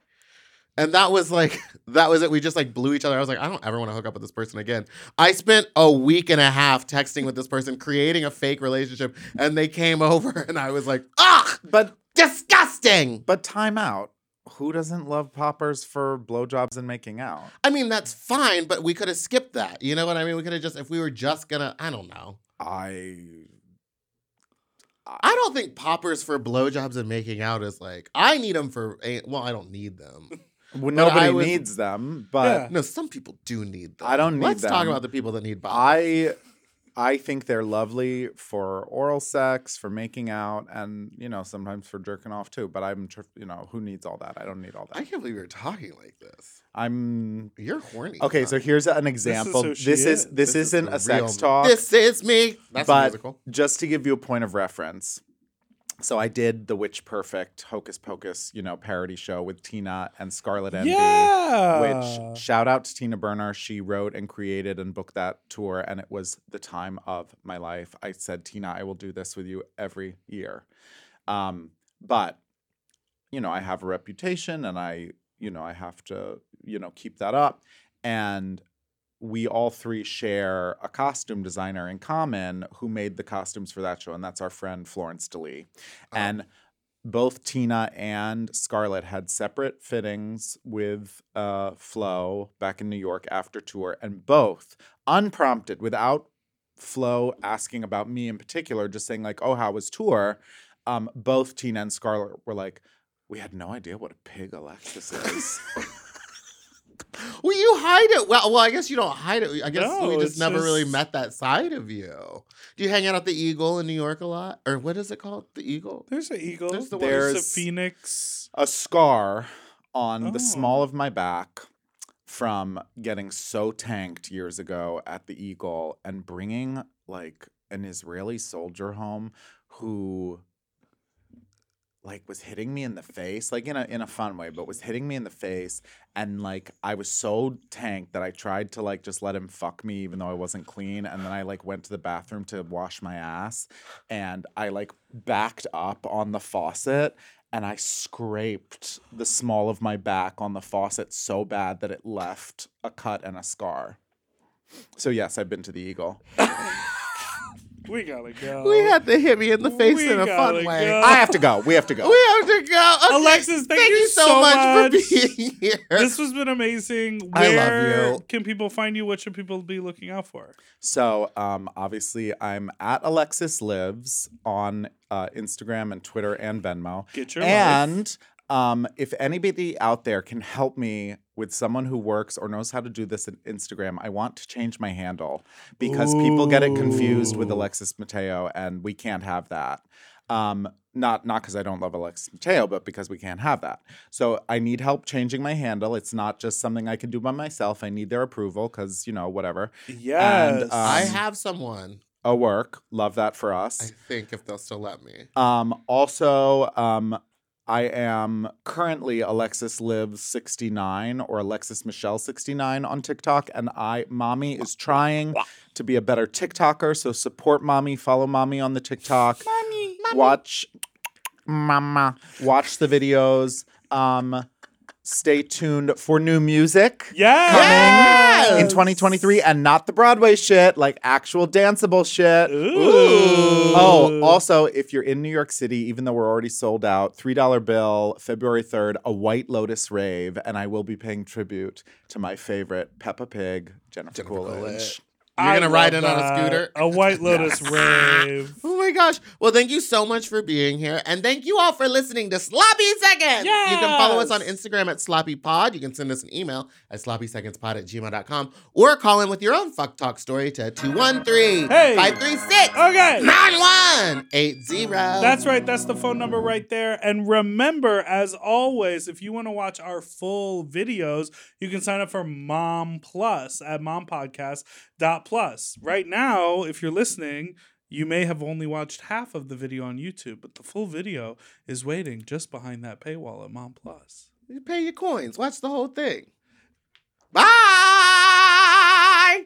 And that was like that was it. We just like blew each other. I was like, I don't ever want to hook up with this person again. I spent a week and a half texting with this person, creating a fake relationship, and they came over, and I was like, ah.
but
Disgusting.
but time out. Who doesn't love poppers for blowjobs and making out?
I mean, that's fine, but we could have skipped that. You know what I mean? We could have just, if we were just gonna, I don't know.
I
I don't think poppers for blowjobs and making out is like, I need them for, a- well, I don't need them.
well, nobody
I was-
needs them, but
Yeah.
No, some people do need them.
I don't need
Let's talk
them.
about the people that need poppers.
I I think they're lovely for oral sex, for making out, and you know sometimes for jerking off too. But I'm tr- you know who needs all that? I don't need all
I
that.
can't believe you're talking like this.
I'm
You're horny.
okay. So
John.
here's an example.
who
This
she
is this,
is.
This is
isn't
the
a sex
real-
talk.
This is me. That's a
but
musical.
just to give you a point of reference, So I did the Witch Perfect Hocus Pocus, you know, parody show with Tina and Scarlett Envy.
yeah.
Which shout out to Tina Burner. She wrote and created and booked that tour, and it was the time of my life. I said, Tina, I will do this with you every year. Um, but you know, I have a reputation and I, you know, I have to, you know, keep that up. And we all three share a costume designer in common who made the costumes for that show, and that's our friend Florence DeLee. And both Tina and Scarlett had separate fittings with uh, Flo back in New York after tour, and both, unprompted, without Flo asking about me in particular, just saying like, "Oh, how was tour?" Um, both Tina and Scarlett were like, "We had no idea what a pig Alexis is."
Well, you hide it. Well, well, I guess you don't hide it. I guess
No,
we just
it's
never really
just-
met that side of you. Do you hang out at the Eagle in New York a lot, or what is it called? The Eagle.
There's an eagle.
There's the one-
There's a
There's-
phoenix.
a scar on the small
Oh.
of my back from getting so tanked years ago at the Eagle and bringing like an Israeli soldier home who like was hitting me in the face like in a in a fun way but was hitting me in the face and like I was so tanked that I tried to like just let him fuck me even though I wasn't clean and then I like went to the bathroom to wash my ass and I like backed up on the faucet and I scraped the small of my back on the faucet so bad that it left a cut and a scar. So yes, I've been to the Eagle.
We gotta go.
We had to hit me in the face
We
in a
gotta
fun way.
go.
I have to go. We have to go.
We have to go. Okay.
Alexis, thank,
thank you so much, for being here.
This has been amazing.
I love
Where
you.
can people find you? What should people be looking out for?
So um, obviously, I'm at Alexis Lives on uh, Instagram and Twitter and Venmo.
Get your life.
and um, if anybody out there can help me with someone who works or knows how to do this in Instagram, I want to change my handle because people get it confused with
Ooh.
Alexis Mateo, and we can't have that. Um, not not because I don't love Alexis Mateo, but because we can't have that. So I need help changing my handle. It's not just something I can do by myself. I need their approval because you know whatever.
Yes.
um,
I have someone.
A work, love that for
I
us.
think if they'll still let me.
Um, also, um, I am currently Alexis Lives 69 or Alexis Michelle 69 on TikTok, and I mommy is trying to be a better TikToker. So support mommy, follow mommy on the TikTok. Mommy, watch mama, watch the videos. Um, stay tuned for new music
yes.
coming in
Yes!
2023 and not the Broadway shit, like actual danceable shit.
Ooh.
Oh, also, if you're in New York City, even though we're already sold out, $3 bill, February 3rd, a White Lotus rave, and I will be paying tribute to my favorite Peppa Pig, Jennifer,
Jennifer
Coolidge.
Coolidge. You're
I
gonna ride
love
in on
that.
a scooter.
A White Lotus rave.
Oh my gosh. Well, thank you so much for being here. And thank you all for listening to Sloppy Seconds. You can follow us on
Yes.
Instagram at Sloppy Pod. You can send us an email at sloppysecondspod at gmail.com or call in with your own fuck talk story to 213
Hey.
536
Okay.
9180.
That's right. That's the phone number right there. And remember, as always, if you want to watch our full videos, you can sign up for Mom Plus at mompodcast.plus. Right now, if you're listening, you may have only watched half of the video on YouTube, but the full video is waiting just behind that paywall at Mom Plus.
You pay your coins. Watch the whole thing. Bye!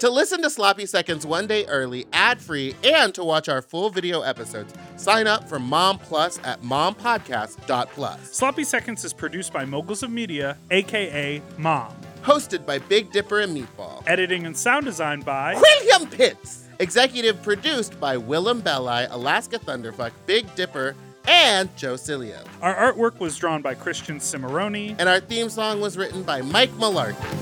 To listen to Sloppy Seconds one day early, ad free, and to watch our full video episodes, sign up for Mom Plus at mompodcast.plus.
Sloppy Seconds is produced by Moguls of Media, aka Mom.
Hosted by Big Dipper and Meatball.
Editing and sound design by
William Pitts. Executive produced by Willem Belli, Alaska Thunderfuck, Big Dipper, and Joe Cilio.
Our artwork was drawn by Christian Cimarroni.
And our theme song was written by Mike Malarkey.